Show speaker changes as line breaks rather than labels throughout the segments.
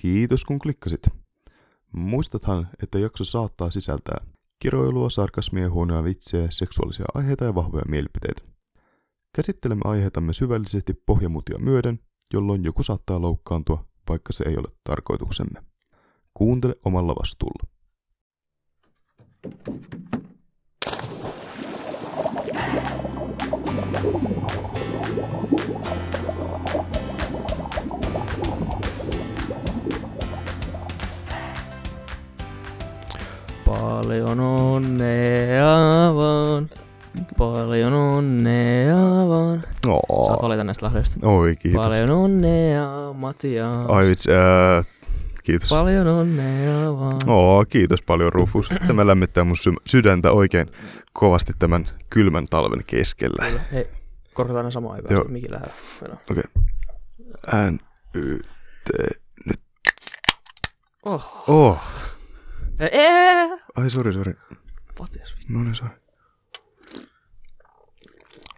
Kiitos kun klikkasit. Muistathan, että jakso saattaa sisältää kiroilua, sarkasmia, huonoja vitsejä, seksuaalisia aiheita ja vahvoja mielipiteitä. Käsittelemme aiheitamme syvällisesti pohjamutia myöden, jolloin joku saattaa loukkaantua, vaikka se ei ole tarkoituksemme. Kuuntele omalla vastuulla.
Paljon onnea vaan. Paljon onnea vaan.
Oo,
Oh. Saat valita näistä lahjoista.
Oi, kiitos.
Paljon onnea, Matia.
Ai vitsi, ää, kiitos.
Paljon onnea vaan.
Oo, kiitos paljon Rufus. Tämä lämmittää mun sy- sydäntä oikein kovasti tämän kylmän talven keskellä.
Kyllä. Hei, korkataan ne samaan aikaan.
Joo.
Joo. Mikin lähellä. Mennään.
N, Y, T, nyt.
Oh.
Oh,
Ei, ei, ei.
ai sori, sori.
Patias.
No niin, sori.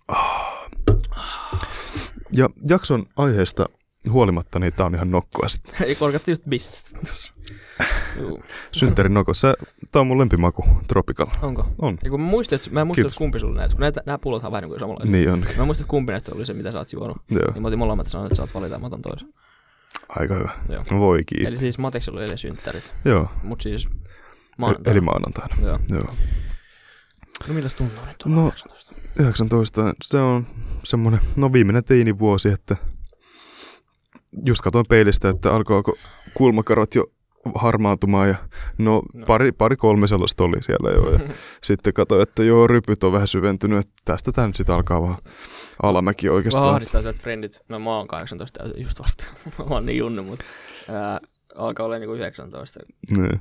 Ah. Ja jakson aiheesta huolimatta, niin tää on ihan nokkoa sitten.
Ei korkattiin just bissistä. Juu.
Synttärin noko. Sä, tää on mun lempimaku, Tropical.
Onko?
On.
Ja kun mä muistin, että, mä en muista,
Kiitos.
että kumpi sulla näitä, kun näitä, nämä pullothan on vähän niin kuin samanlaisia.
Niin on.
Mä muistin, että kumpi näistä oli se, mitä sä oot juonut.
Joo,
Niin mä otin molemmat ja sanoin, että sä oot valita, mä otan toisen.
aika hyvä.
Joo.
No voi kiitos.
Eli siis Mateksella oli eilen synttärit.
Joo,
Mut siis
maanantaina.
maanantaina.
eli maanantaina.
Joo.
Joo.
No milläs tuntuu nyt
No.
on 19?
19, se on semmoinen, no viimeinen teinivuosi, että just katsoin peilistä, että alkoiko kulmakarot jo harmaantumaan ja no,
No.
Pari, pari kolme sellaista oli siellä jo ja sitten katsoin, että joo rypyt on vähän syventynyt, että tästä tämä nyt sitten alkaa vaan alamäki
Vähän
oikeastaan.
ahdistaa se, että frendit, no mä oon 18 täysin just vasta, mä oon niin junnu, mutta ää, alkaa olla niinku 19.
Niin.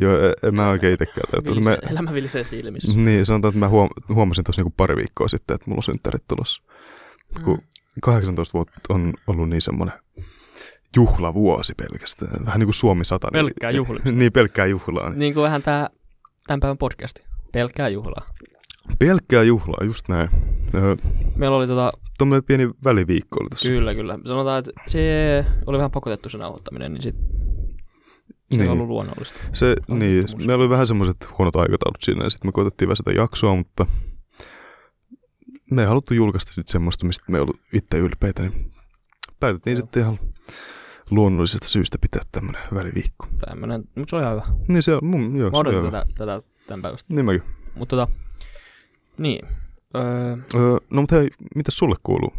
Joo, e, en mä oikein itsekään tajuttu.
Vilise,
Mä,
me... Elämä vilisee silmissä.
niin, sanotaan, että mä huom, huomasin tuossa niinku pari viikkoa sitten, että mulla on synttärit tulossa. kun-
Mm.
18 vuotta on ollut niin semmoinen juhlavuosi pelkästään. Vähän niin kuin Suomi 100.
Pelkkää juhlimista.
niin, pelkkää juhlaa. Niin.
Niin kuin vähän tää tämän päivän podcasti. Pelkkää juhlaa.
Pelkkää juhlaa, just näin. Öö,
Meillä oli tota,
Tuommoinen pieni väliviikko oli tuossa.
kyllä kyllä, sanotaan, että se oli vähän pakotettu se nauhoittaminen, niin sit se
Niin.
niin. on ollut luonnollista.
Se,
on
niin,
tutkimus.
meillä oli vähän semmoiset huonot aikataulut siinä ja sitten me koitettiin vähän sitä jaksoa, mutta me ei haluttu julkaista sitten semmoista, mistä me ei ollut itse ylpeitä, niin päätettiin
Joo.
sitten ihan luonnollisesta syystä pitää tämmöinen väliviikko.
Tämmönen, mutta se on ihan hyvä.
Niin se on, mun, joo,
Mä
se
odotin
on hyvä.
tätä, tätä tämän päivästä.
Niin mäkin.
Mutta tota, niin. Öö,
Öö, no mutta hei, mitä sulle kuuluu?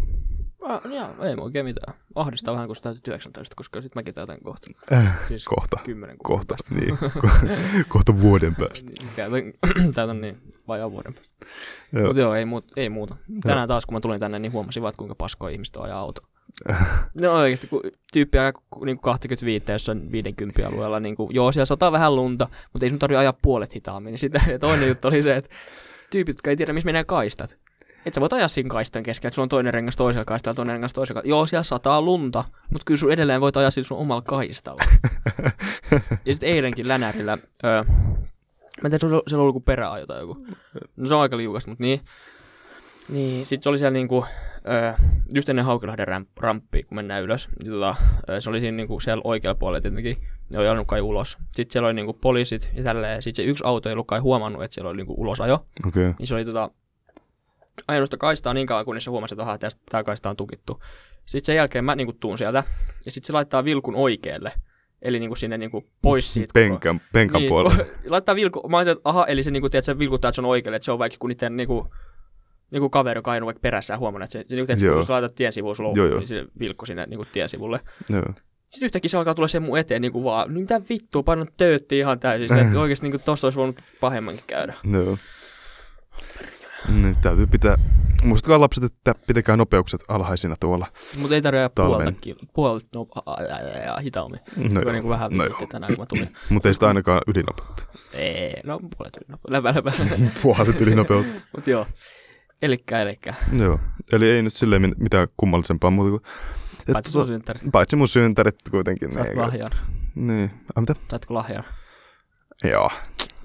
Ah, joo, ei mä oikein mitään. Ahdistaa vähän, kun sä täytyt 19, koska sit mäkin täytän kohta.
Äh,
Siis
kohta.
10 kuukautta.
Kohta, niin. ko- kohta vuoden päästä.
Niin, Täytän, täytän niin vajaa vuoden päästä.
Joo.
Mutta joo, ei, muut, ei muuta. Tänään taas, kun mä tulin tänne, niin huomasin vaan, että kuinka paskoa ihmiset ajaa auto. No oikeasti, kun tyyppi ajaa ku- niinku 25 jossain 50 alueella, niin kuin, joo, siellä sataa vähän lunta, mutta ei sun tarvitse ajaa puolet hitaammin. Niin Sitä, ja toinen juttu oli se, että tyypit, jotka ei tiedä, missä menee kaistat. Et sä voit ajaa siinä kaistan keskellä, että sulla on toinen rengas toisella kaistalla, toinen rengas toisella kaistalla. Joo, siellä sataa lunta, mutta kyllä sun edelleen voit ajaa siinä sun omalla kaistalla. ja sitten eilenkin Länärillä, öö, mä en tiedä, se oli- siellä oli joku peräajo tai joku. No se on aika liukasta, mutta niin. Niin, sit se oli siellä niinku, öö, just ennen Haukilahden rämp- ramppia, kun mennään ylös, niin tota, öö, se oli siinä niinku siellä oikealla puolella tietenkin, ne oli ajanut kai ulos. Sitten siellä oli niinku poliisit ja tälleen, sit se yksi auto ei ollut kai huomannut, että siellä oli niinku ulosajo,
Okei. Okay.
niin se oli tota, ajanut sitä kaistaa niin kauan, kunnes se huomasi, että aha, tästä, tää kaista on tukittu. Sitten sen jälkeen mä niinku tuun sieltä, ja sitten se laittaa vilkun oikealle, eli niinku sinne niinku
Niin,
pois siitä. koko-
Penkan, penkan niin,
niin,
puolella.
kun Laittaa vilku, mä olisin, että aha, eli se niinku, tiedät, se vilkuttaa, että se on oikealle, että se on vaikka kun niiden niinku, niinku kaveri, joka on ajanut vaikka perässä ja huomannut, että se, se niinku, tiedät,
Joo.
kun sä laitat tien sivuun, sulla on
Joo, joo.
niin se vilkku sinne niinku tien sivulle.
Joo.
Sitten yhtäkkiä se alkaa tulla sen mun eteen niinku vaan, niin mitä vittua, painan töötti ihan täysin. Sillä, että oikeesti niinku tossa olisi voinut pahemmankin käydä.
Joo. Niin, täytyy pitää, muistakaa lapset, että pitäkää nopeukset alhaisina tuolla.
Mutta ei tarvitse puolta,
Talven.
kil- puolta, no, a- a- a- a- hitaammin.
No
Joka
joo,
niinku vähän
no
vittutti tänään, kun mä tulin.
mutta ei sitä ainakaan ylinopeutta.
Ei, no puolet yli. Läpä, läpä.
Puolet ylinopeutta.
Mut joo. Elikkä, elikkä.
joo. Eli ei nyt silleen min- mitään kummallisempaa muuta kuin... Et
Paitsi
tota-
sun synttärit.
paitsi mun syntärit kuitenkin.
Saatko
niin,
lahjan?
niin. Ai mitä?
Saatko lahjan?
Joo,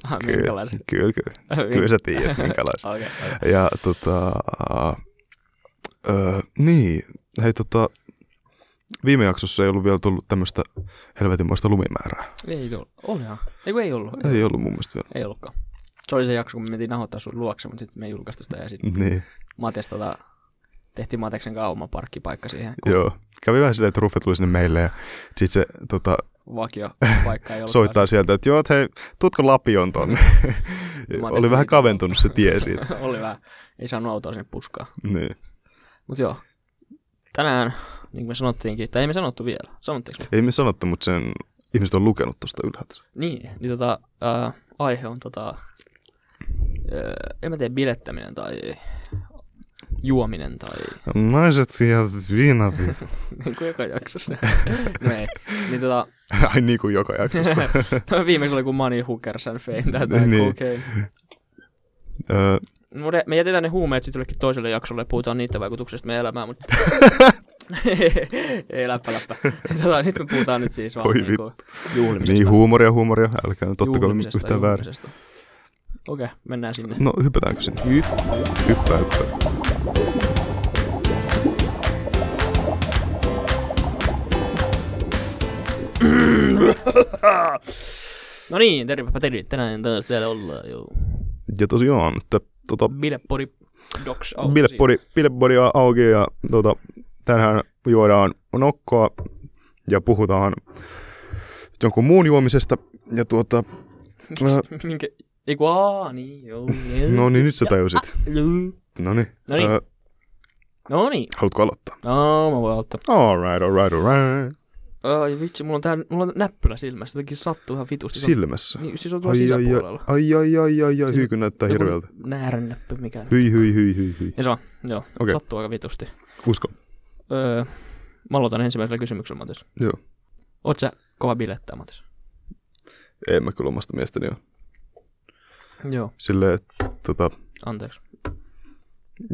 Aha,
kyllä,
minkälaisen?
kyllä, kyllä,
Niin.
kyllä sä tiedät minkälaisen.
Ah, Okei, okei.
Ja tota... Öö, niin, hei tota... viime jaksossa ei ollut vielä tullut tämmöistä helvetinmoista lumimäärää.
Ei tullut. Olihan. Ei kun ei ollut.
Ei ollut mun mielestä vielä.
Ei ollutkaan. Se oli se jakso, kun me mentiin nahoittaa sun luokse, mutta sitten me ei julkaistu sitä ja sitten
Niin,
Mates tota, tehtiin Mateksen kanssa oma parkkipaikka siihen. Kun
joo. Kävi vähän silleen, että Ruffe tuli sinne meille ja sit se tota,
vakio paikka ei ollut.
soittaa sieltä, että joo, että hei, tuutko Lapion tonne?
Mates
Oli vähän
tuli-
kaventunut se tie siitä.
oli vähän. Ei saanut autoa sinne puskaa.
niin.
Mut joo. Tänään, niin kuin me sanottiinkin, tai ei me sanottu vielä. Sanottiinko me?
Ei me sanottu, mutta sen ihmiset on lukenut tuosta ylhäältä.
Niin, niin tota, ää, aihe on tota, ää, en mä tiedä, bilettäminen tai juominen tai
Naiset ja viinavit.
niin kuin joka jaksossa. no ei. Niin tota,
Ai niin kuin joka jaksossa.
toi viimeksi oli kuin Money Hookers and Fame tai
Niin.
jotain niin. cocaine.
Öö,
No ne- me jätetään ne huumeet sitten jollekin toiselle jaksolle ja puhutaan niiden vaikutuksesta meidän elämään, mutta... ei läppä läppä. Tota, nyt kun puhutaan nyt siis vaan
Voi
niinku juhlimisesta.
niin, huumoria, huumoria. Älkää nyt ottako
Juhlimisesta,
yhtään väärin.
juhlimisesta. Okei, mennään sinne.
No, hypätäänkö sinne?
Hyp.
Hyppää, hyppää.
No niin, tervepä Teri. Tänään taas täällä ollaan jo.
Ja tosiaan, että tota,
Bilepori Docs out.
Bilepodi, Bilepodi on auki ja tota, tänään juodaan nokkoa ja puhutaan jonkun muun juomisesta. Ja tuota, ää,
siinä. Minkä? Eiku, aa, niin, joo.
no niin, nyt sä tajusit.
niin.
No niin,
No niin.
ää,
No niin.
haluatko aloittaa?
No, mä voin auttaa.
Alright, alright, alright.
Ai vitsi, mulla on, tää, mulla on näppylä silmässä. Jotenkin sattuu ihan vitusti. Se on-
Silmässä.
Niin, siis on tuolla
Ai, ai, ai,
sisäpuolella.
ai, ai, ai, ai, ai, hyy, kun näyttää
Joku
hirveältä.
Näärnäppö mikä.
Hyi, hyi, hyi, hyi, hyi.
Ja se on, joo.
Okei.
Okay. Sattuu aika vitusti.
Usko.
Öö, mä aloitan ensimmäisellä kysymyksellä, Matis.
Joo.
Oot sä kova bilettää, Matis?
En mä kyllä omasta mielestäni ole.
Joo.
Silleen, että tota,
Anteeksi.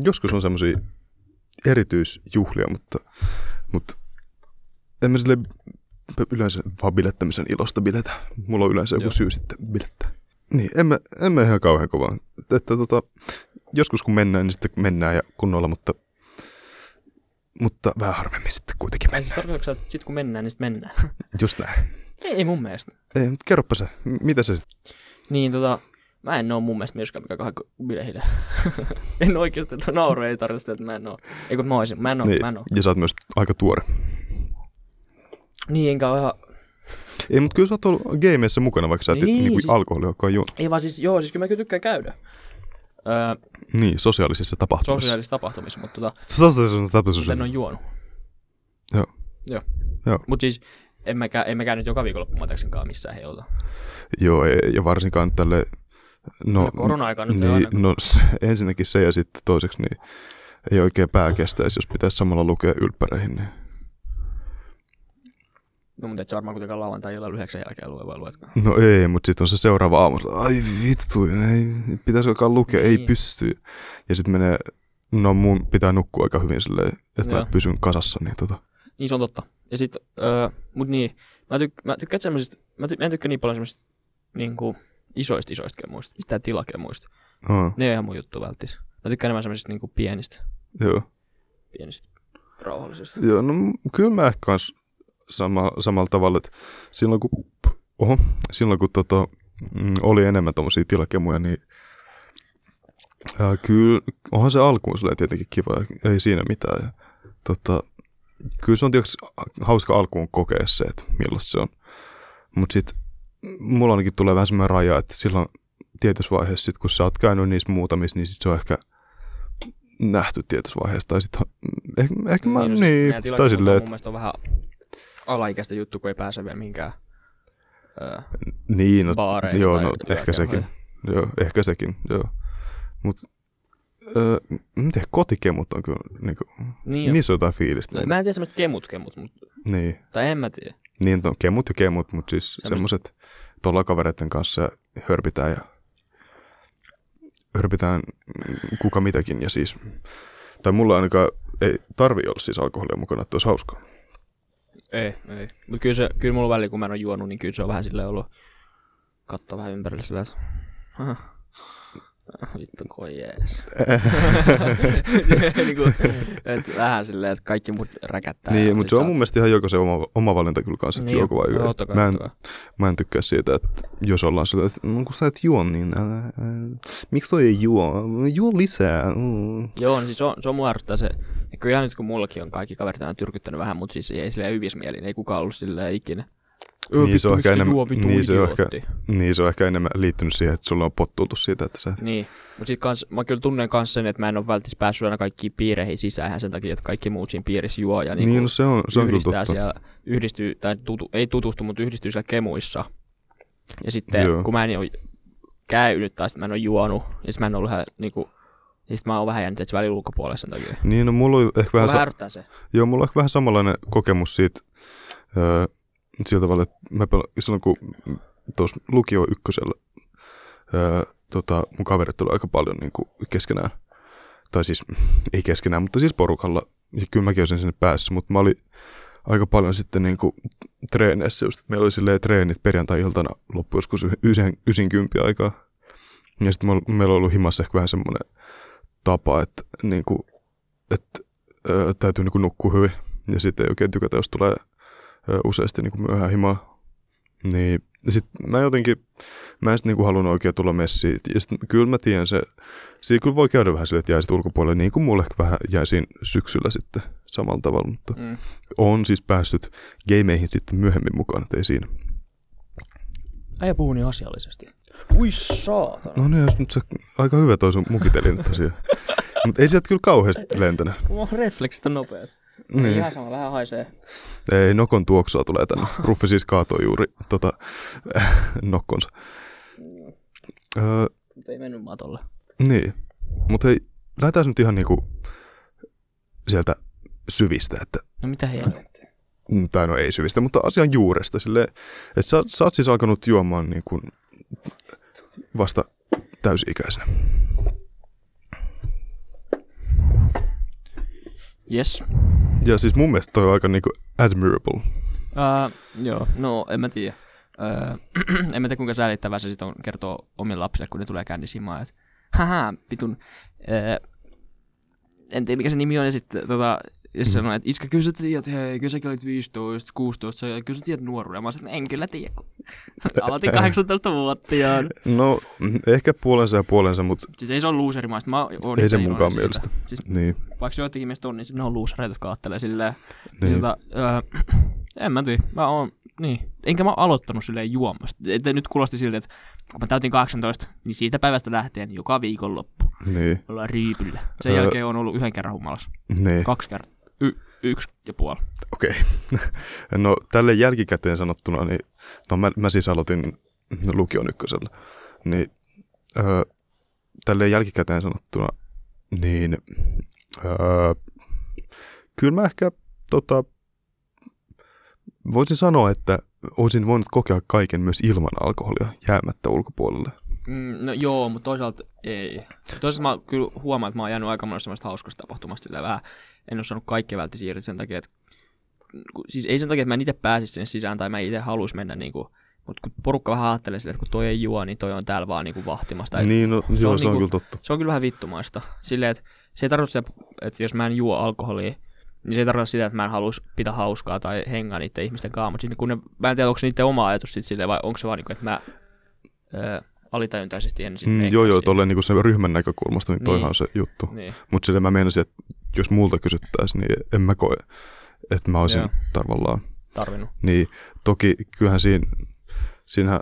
joskus on semmoisia erityisjuhlia, mutta, mutta en mä sille yleensä vaan bilettämisen ilosta biletä. Mulla on yleensä joku
Joo.
syy sitten bilettää. Niin, en mä, en mä ihan kauhean kovaa. Että, tota, joskus kun mennään, niin sitten mennään ja kunnolla, mutta, mutta vähän harvemmin sitten kuitenkin
Ai
mennään.
siis tarkoitatko sä, että sit kun mennään, niin sit mennään?
Just näin.
ei, ei mun mielestä.
Ei, mutta kerropa sä, m- mitä se sitten?
Niin tota, mä en oo mun mielestä myöskään mikä kahden bilehillä. en oikeesti, että nauru ei tarvitse sitä, että mä en oo. Eikö mä oisin, mä en oo, niin.
niin,
mä en oo.
ja sä oot myös aika tuore.
Niin enkä oo ihan,
Ei, mutta kyllä sä oot ollut gameissa mukana, vaikka sä et
Niin,
niin, niinku
siis-
alkoholia olekaan juonut.
ei vaan siis, joo, siis kyllä mä kyllä tykkään käydä. Öö,
Niin, sosiaalisissa tapahtumissa.
sosiaalisissa tapahtumissa, mutta tota,
Sosiaalisessa
Mutta en
tapahtumissa.
ole juonut.
Joo.
Joo.
Joo.
Mutta siis en mäkään, en mäkään nyt joka viikonloppu Mateksenkaan missään heiluta.
Joo, ei- ja varsinkaan tälle... No,
No, korona-aikaa nyt ei
niin,
aina.
no s- ensinnäkin se ja sitten toiseksi niin ei oikein pää kestäisi, jos pitäisi samalla lukea ylppäreihin. Niin.
No mutta et sä varmaan kuitenkaan lauantai illalla yhdeksän jälkeen lue vai luetko?
No ei, mutta sitten on se seuraava aamu. sillä, Ai vittu, ei, pitäisi alkaa lukea, ei
Niin.
pysty. Ja sitten menee, no mun pitää nukkua aika hyvin silleen, että mä
Joo.
pysyn kasassa. Niin tota.
Niin se on totta. Ja sit, öö, mut niin, mä, tyk, mä tykkään semmoisista, mä, ty, mä en tykkää niin paljon semmoisista niinku isoista isoista kemuista, sitä tilakemuista.
Aa,
Ne ei ole ihan mun juttu välttis. Mä tykkään enemmän semmoisista niinku pienistä,
joo.
pienistä rauhallisista.
Joo, no m- kyllä mä ehkä kans sama, samalla tavalla, että silloin kun, oho, silloin kun tota, mm, oli enemmän tommosia tilakemuja, niin ää, kyllä, onhan se alkuun silleen tietenkin kiva, ja ei siinä mitään. Ja, tota, kyllä se on tietysti hauska alkuun kokea se, että millaista se on. Mutta sitten mulla ainakin tulee vähän semmoinen raja, että silloin tietyssä vaiheessa, sit, kun sä oot käynyt niissä muutamissa, niin sit se on ehkä nähty tietyssä vaiheessa. Tai sit, ehkä, ehkä mä,
no
niin,
siis
niin,
nää
tai
tilakemuut on
silleen,
Mun mielestä on vähän alaikäistä juttu, kun ei pääse vielä mihinkään öö,
Niin, no,
baareihin
joo,
tai no.
no ehkä sekin.
yökerhoihin.
Joo, ehkä sekin, joo. Mutta öö, miten kotikemut on kyllä, niinku,
Niin, niin
niissä on jotain fiilistä.
Mä en tiedä semmoiset kemut kemut, mut,
Niin,
tai en mä tiedä.
niin no, kemut ja kemut, mutta siis
Semmoset-
semmoiset tuolla kavereiden kanssa hörpitään ja hörpitään mm, kuka mitäkin ja siis, tai mulla ainakaan ei tarvi olla siis alkoholia mukana, että olisi hauskaa.
Ei, ei. Mut kyllä, se, kyllä mulla välillä, kun mä en oo juonut, niin kyllä se on vähän silleen ollut katsoa vähän ympärille sillä, että aha, Vittu koi jees. niin kuin, et vähän silleen, että kaikki mut räkättää. ja
niin, mutta
sit
se
sä
on
oot-
mun mielestä ihan jokaisen oma, oma valinta kyllä kanssa, että
Niin,
juoko vai yö.
totta kai,
Mä en,
totta kai.
mä en tykkää siitä, että jos ollaan sillä, että no, kun sä et juo, niin älä, älä, miksi toi ei juo? Juo lisää. Mm.
Joo, niin siis se on, se on mua ärsyttää se. Ja kyllähän nyt kun mullakin on kaikki kaverit aina tyrkyttänyt vähän, mutta siis ei silleen hyvissä mielin, ei kukaan ollut silleen ikinä. Ö,
Niin, se on
miksi
ehkä
te
enemmän-
juo, vitu
niin, se on
idiootti?
Niin, se on ehkä enemmän liittynyt siihen, että sulla on pottuutu siitä, että sä...
Niin, mutta sitten kans, mä kyllä tunnen kans sen, että mä en ole välttis päässyt aina kaikkiin piireihin sisään ihan sen takia, että kaikki muut siinä piirissä juo ja
Niin,
niinku
no se on, se on kyllä
yhdistää
totta.
siellä, yhdistyy, tai tutu, ei tutustu, mutta yhdistyy siellä kemuissa. Ja sitten
Joo.
Joo. kun mä en ole käynyt tai sitten mä en ole juonut, ja sitten mä en ollut ihan niinku, ja sitten mä oon vähän jäänyt välillä ulkopuolelle sen takia.
Niin, no mulla on ehkä vähän,
Vähän
sa-
ärsyttää se.
joo, mulla on ehkä vähän samanlainen kokemus siitä, öö, sillä tavalla, että mä pel- silloin kun tuossa lukio ykkösellä, öö, tota, mun kaverit tuli aika paljon niin kuin keskenään, tai siis ei keskenään, mutta siis porukalla, ja kyllä mäkin olisin sinne päässyt, mutta mä olin aika paljon sitten niin kuin treeneissä just, että meillä oli silleen treenit perjantai-iltana loppu joskus yh- yhden, ysin kympi aikaa, ja sitten me- meillä on ollut himassa ehkä vähän semmoinen tapa, että, niin kuin, että ö, täytyy niin kuin nukkua hyvin. Ja sitten ei oikein tykätä, jos tulee ö, useasti niin kuin myöhään himaa. Niin sitten mä jotenkin, mä en sitten niin halunnut oikein tulla messiin. Ja sitten kyllä mä tiedän se, siinä kyllä voi käydä vähän silleen, että jäi sit ulkopuolelle, niin kuin mulle ehkä vähän jäi siinä syksyllä sitten samalla tavalla. Mutta
Mm.
on siis päässyt gameihin sitten myöhemmin mukaan, että ei siinä.
Äijä puhuu niin asiallisesti. Ui saatana.
No niin, jos nyt se aika hyvä toi sun mukiteli nyt asia. Mutta ei sieltä kyllä kauheasti lentänyt.
Mulla on refleksit on nopeet.
Niin.
Ihan sama, vähän haisee.
Ei, nokon tuoksua tulee tänne. Ruffi siis kaatoi juuri tota, nokkonsa. Öö,
Mutta ei mennyt matolle.
niin, mutta hei, lähdetään nyt ihan niinku sieltä syvistä, että,
No mitä helvettiä.
tai no ei syvistä, mutta asian juuresta. Silleen, että sä, sä oot siis alkanut juomaan niinku vasta täysi-ikäisenä.
Yes.
Ja siis mun mielestä toi on aika niinku admirable.
Uh, joo, no en mä tiedä. Uh, en mä tiedä kuinka säälittävää se sitten on kertoa omille lapsille, kun ne tulee kännisimaan. Et, haha, vitun. Uh, en tiedä mikä se nimi on, ja sitten tota, jos sanoo, että iskä, kyllä sä tiedät, hei, kyllä säkin olit 15, 16, ja kyllä sä tiedät nuoruuden. Mä sanoin, en kyllä tiedä, kun aloitin 18-vuotiaan.
No, mm, ehkä puolensa ja puolensa, mutta
Siis ei se ole looserimaista, mä oon
Ei se
itse
munkaan
iloinen siitä. Siis
niin.
vaikka joitakin mielestä on, niin ne on luusareita, jotka ajattelee silleen.
Niin.
Niin. Tota, öö, en mä tiedä, mä oon, niin. Enkä mä oon aloittanut silleen juomasta. Et nyt kuulosti siltä, että kun mä täytin 18, niin siitä päivästä lähtien joka viikonloppu
Niin,
ollaan riipillä. Sen
Öö.
jälkeen on ollut yhden kerran humalassa.
niin.
Kaksi kertaa. Y- yksi ja puoli.
Okei. No tälle jälkikäteen sanottuna, niin no, mä, mä siis aloitin lukion ykkösellä, niin öö, tälle jälkikäteen sanottuna, niin öö, kyllä mä ehkä tota, voisin sanoa, että olisin voinut kokea kaiken myös ilman alkoholia jäämättä ulkopuolelle.
Mm, no joo, mutta toisaalta ei. Toisaalta mä kyllä huomaan, että mä oon jäänyt aika monesta semmoista hauskasta tapahtumasta sillä vähän. En ole saanut kaikkea välttämättä irti sen takia, että kun- siis ei sen takia, että mä en itse pääsisi sinne sisään tai mä itse haluaisi mennä niinku, mutta kun porukka vähän ajattelee sille, että kun toi ei juo, niin toi on täällä vaan niinku vahtimassa. Tai
niin, no, se joo, on
on
se on
niinku-
kyllä totta.
Se on kyllä vähän vittumaista. Silleen, että se ei tarkoita sitä, että jos mä en juo alkoholia, niin se ei tarkoita sitä, että mä en halus pitää hauskaa tai hengaa niiden ihmisten kanssa. Mutta kun ne, mä en tiedä, onko se niiden oma ajatus sit silleen, vai onko se vaan niinku, että mä ö, alitajuntaisesti en sitten
Mm, joo, joo, tolleen niinku sen ryhmän näkökulmasta, niin toihan
Niin.
on se juttu.
Niin.
Mutta sille mä meinasin, että jos multa kysyttäisiin, niin en mä koe, että mä olisin
Joo.
tarvallaan.
tarvinnut.
Niin toki kyllähän siinä, siinähän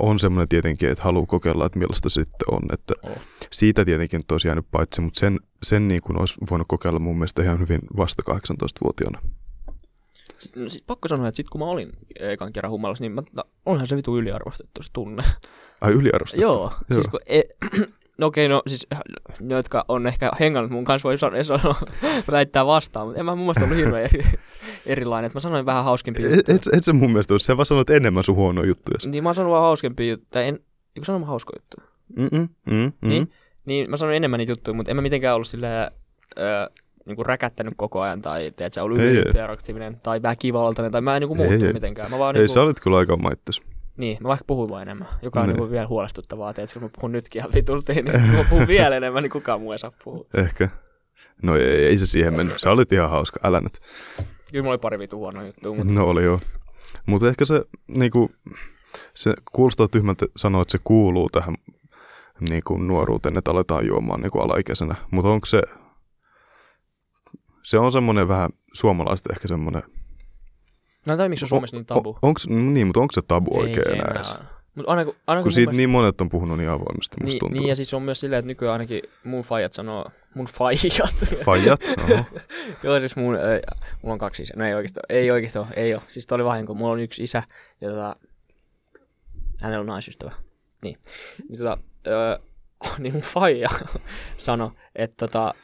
on semmoinen tietenkin, että haluaa kokeilla, että millaista se sitten on. Että
Oo.
Siitä tietenkin nyt olisi jäänyt paitsi, mutta sen, sen niin kuin olisi voinut kokeilla mun mielestä ihan hyvin vasta 18-vuotiaana.
Sit, no, sit pakko sanoa, että sit kun mä olin ekan kerran humalassa, niin mä, no, onhan se vitu yliarvostettu se tunne.
Ai yliarvostettu.
Joo, siis
Joo.
kun... E, no okei, no siis ne, jotka on ehkä hengannut mun kanssa, voi sanoa, sanoa väittää vastaan, mutta en mä mun mielestä ollut hirveän eri, erilainen. Et mä sanoin vähän hauskempia
Et,
juttuja.
E- et, et sä mun mielestä ole, sä vaan sanoit enemmän sun huonoja juttuja.
Niin mä oon sanonut vaan hauskempia juttuja, tai en, eikö sanonut mä hauskoja juttuja?
Mm-mm, mm, mm.
Niin, niin mä sanon enemmän niitä juttuja, mutta en mä mitenkään ollut silleen, öö, niinku räkättänyt koko ajan, tai teet sä ollut
Ei, ei.
yliaktiivinen, tai vähän kivaltainen, tai mä en niinku
Ei,
muuttunut
ei.
mitenkään. Mä vaan
Ei,
niinku,
sä olit kyllä aika maittas.
Niin, mä vaikka puhuin vaan enemmän, joka on
Niin.
niin. vielä huolestuttavaa, teet, kun mä puhun nytkin ihan vitultiin, niin kun mä puhun vielä enemmän, niin kukaan muu ei saa puhua.
Ehkä. No ei, ei se siihen mennyt. Sä olit ihan hauska, älä nyt.
Kyllä mulla oli pari vitu huonoa juttua, mutta
No oli joo. Mutta ehkä se, niinku, se kuulostaa tyhmältä sanoa, että se kuuluu tähän niinku, nuoruuteen, että aletaan juomaan niinku, alaikäisenä. Mutta onko se, se on semmoinen vähän suomalaista ehkä semmoinen.
no tai miksi se on Suomessa niin tabu?
Onks, niin, mutta onko se tabu
Ei
oikein
se
enää
enää
edes?
ole. Mut aina kun, aina
Kun
kun,
siitä
mun
niin monet on puhunut niin avoimesti, musta
niin,
tuntuu.
niin, ja siis se on myös silleen, että nykyään ainakin mun faijat sanoo, mun faijat,
Fajat, oho.
Joo, siis mun, ei, mulla on kaksi isää. No ei oikeastaan, ei oikeastaan, ei ole. Siis toi oli vahinko. Mulla on yksi isä ja tota, hänellä on naisystävä. Niin. Niin tota, öö, niin mun faija sanoi, että tota,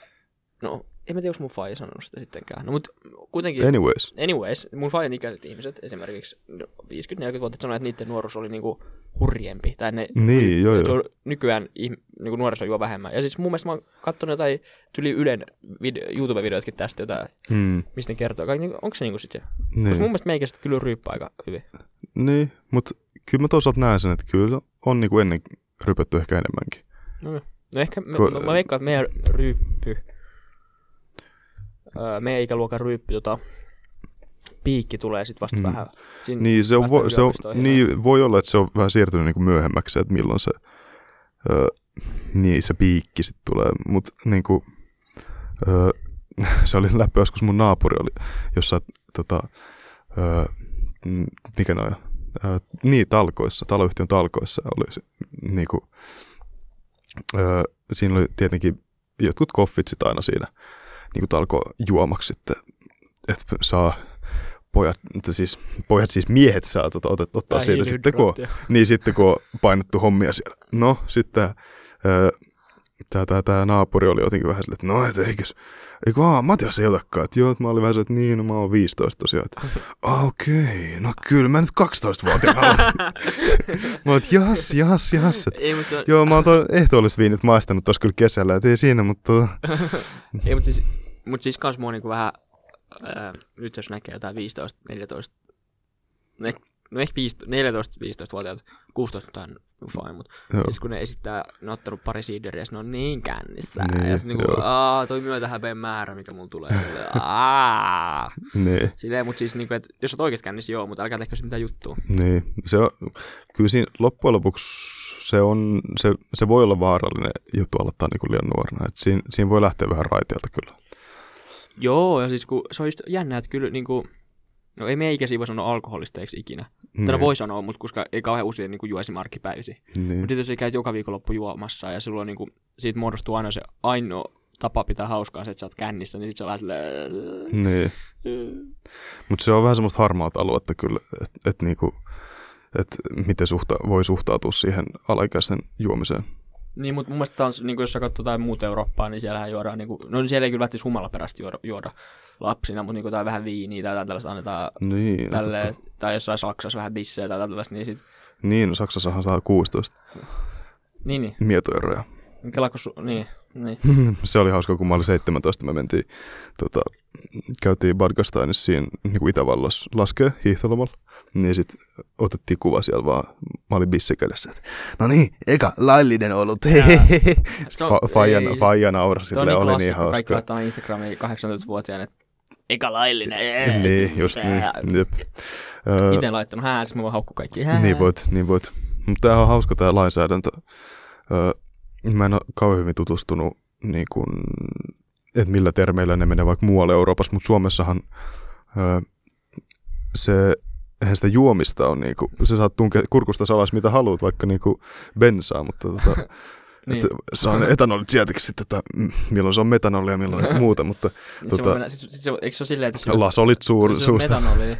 no en mä tiedä, onko mun faija sanonut sitä sittenkään. No mut kuitenkin,
Anyways,
anyways, mun faijan ikäiset ihmiset esimerkiksi no, 50-40-vuotiaat sanoivat, että niiden nuoruus oli niinku hurjempi. Tai ne
niin, joo
se
joo.
on, nykyään niin kuin nuoriso juo vähemmän. Ja siis mun mielestä mä oon katsonut jotain tyli Ylen video, YouTube-videotkin tästä, jotain,
Mm,
mistä ne kertoo. Kaikki, niinku- onko se niinku sit se? Niin. Koska mun
niin,
mielestä meikästä kyllä ryyppää aika hyvin.
niin mutta kyllä mä toisaalta näen sen, että kyllä on niinku ennen rypetty ehkä enemmänkin.
No ehkä mä,
Ko-
mä, mä veikkaan, että meidän ryyppy, öö, meidän ikäluokan ryyppy, tota, piikki tulee sitten vasta
Mm.
mm. vähän. Siinä,
Niin, se on,
päästään
vo, se on,
yliopistoihin.
niin, voi olla, että se on vähän siirtynyt niin kuin myöhemmäksi, että milloin se, ö, niin, se piikki sitten tulee. Mutta niin kuin, ö, se oli läpi joskus mun naapuri oli jossain, tota, ö, m, mikä noin, ö, niin talkoissa, taloyhtiön talkoissa oli se, niin kuin, ö, siinä oli tietenkin jotkut koffit sit aina siinä niin kuin talko juomaksi sitten, että saa pojat, että siis, pojat siis miehet saa tota, otet, ottaa
vähän
siitä sitten, kun on
hiilihydraattia.
niin sitten kun on painettu hommia siellä. No, sitten tämä tää, tää naapuri oli jotenkin vähän silleen, että no, et eikös, eikö vaan, Matias ei otakaan. Että joo, et mä olin vähän se, että niin, no, mä oon 15 tosiaan. Että, "Ah, okei, okay, no kyllä mä nyt 12-vuotiaana aloitin. mä olin, että jas, jas, jas. Et,
Ei, mutta se on,
joo, mä oon toi ehtoolliset viinit maistanut tossa kyllä kesällä, et ei siinä, mutta tota,
Ei, mutta siis, mut siis kans mua niinku vähän, ää, nyt jos näkee jotain 15, 14, no, ehkä- no ehkä 15, 14, 15-vuotiaat, 16 on fine, mutta
joo.
siis kun ne esittää, ne on ottanut pari siideriä, ja sit ne on niin kännissä.
Niin,
Niin, ja sit niinku,
joo.
aa, toi myötähäpeen määrä, mikä mulla tulee. Silleen, Aa.
Niin,
Silleen, mut siis niinku, et jos oot oikeesti kännissä, joo, mutta älkää tehkö sitä mitään juttua.
niin. Se on, kyllä siinä loppujen lopuksi se, on, se, se voi olla vaarallinen juttu aloittaa niin liian nuorena. Et siinä, siinä voi lähteä vähän raiteelta kyllä.
Joo, ja siis kun se on just jännä, että kyllä niinku, no ei meikäsi voi sanoa alkoholisteiksi ikinä.
Niin,
Tätä voi sanoa, mutta koska ei kauhean usein niinku juo esim. arkipäivisi.
niin,
Mutta jos sä käyt joka viikonloppu juomassa ja silloin niinku, siitä muodostuu aina se ainoa tapa pitää hauskaa se, että sä oot kännissä, niin sit se on vähän silleen...
niin. Mutta se on vähän semmoista harmaata aluetta kyllä, että et niinku, et miten suhta, voi suhtautua siihen alaikäisen juomiseen.
Niin, mutta mun mielestä tää on, se- niinku, jos sä katsot jotain muuta Eurooppaa, niin siellähän juodaan, niinku, no siellä ei kyllä välttämättä humalaperäisesti juoda, juoda lapsina, mutta niinku, jotain vähän viiniä tai jotain tällaista annetaan
Niin,
tälleen,
totta.
tai jossain Saksassa vähän bissejä tai jotain tällaista, niin sit,
niin no Saksassahan saa 16
niin, niin,
mietoeroja.
kelako su, niin, niin.
se oli hauska, kun mä olin 17, me mentiin, tota, käytiin Bad Gastainissa siinä niin Itävallassa laskee hiihtolomalla. Niin sit otettiin kuva siellä vaan, mä olin bissekädessä, että no niin, eka laillinen ollut, hehehehe.
Se on-
Fa- Faija
ei, siis-
faija naura
Tuo
sille,
on niin
oli niin
klassikko, kaikki
hauska.
laittaa Instagramiin 18-vuotiaana, että eka laillinen, siis jee,
Niin, just niin.
jää.
Jep. Öö,
Itse laittanut hää, siis mä voin haukku kaikki hää.
Niin voit, niin voit. Mutta tämä on hauska tämä lainsäädäntö. Öö, mä en ole kauhean hyvin tutustunut, niin kun, että millä termeillä ne menee vaikka muualle Euroopassa, mutta Suomessahan öö, se, eihän sitä juomista on, niin kuin, se saat tunkea kurkusta alas mitä haluat, vaikka niin kuin bensaa, mutta tota,
Niin.
että saa ne etanolit sieltäkin sitten, että mm, milloin se on metanolia ja milloin muuta, mutta
Niin se
tota-
voi mennä, sit, sit se, eikö se ole silleen, että jos sillä-
lasolit suur,
jos suur,
suurta.
metanoli,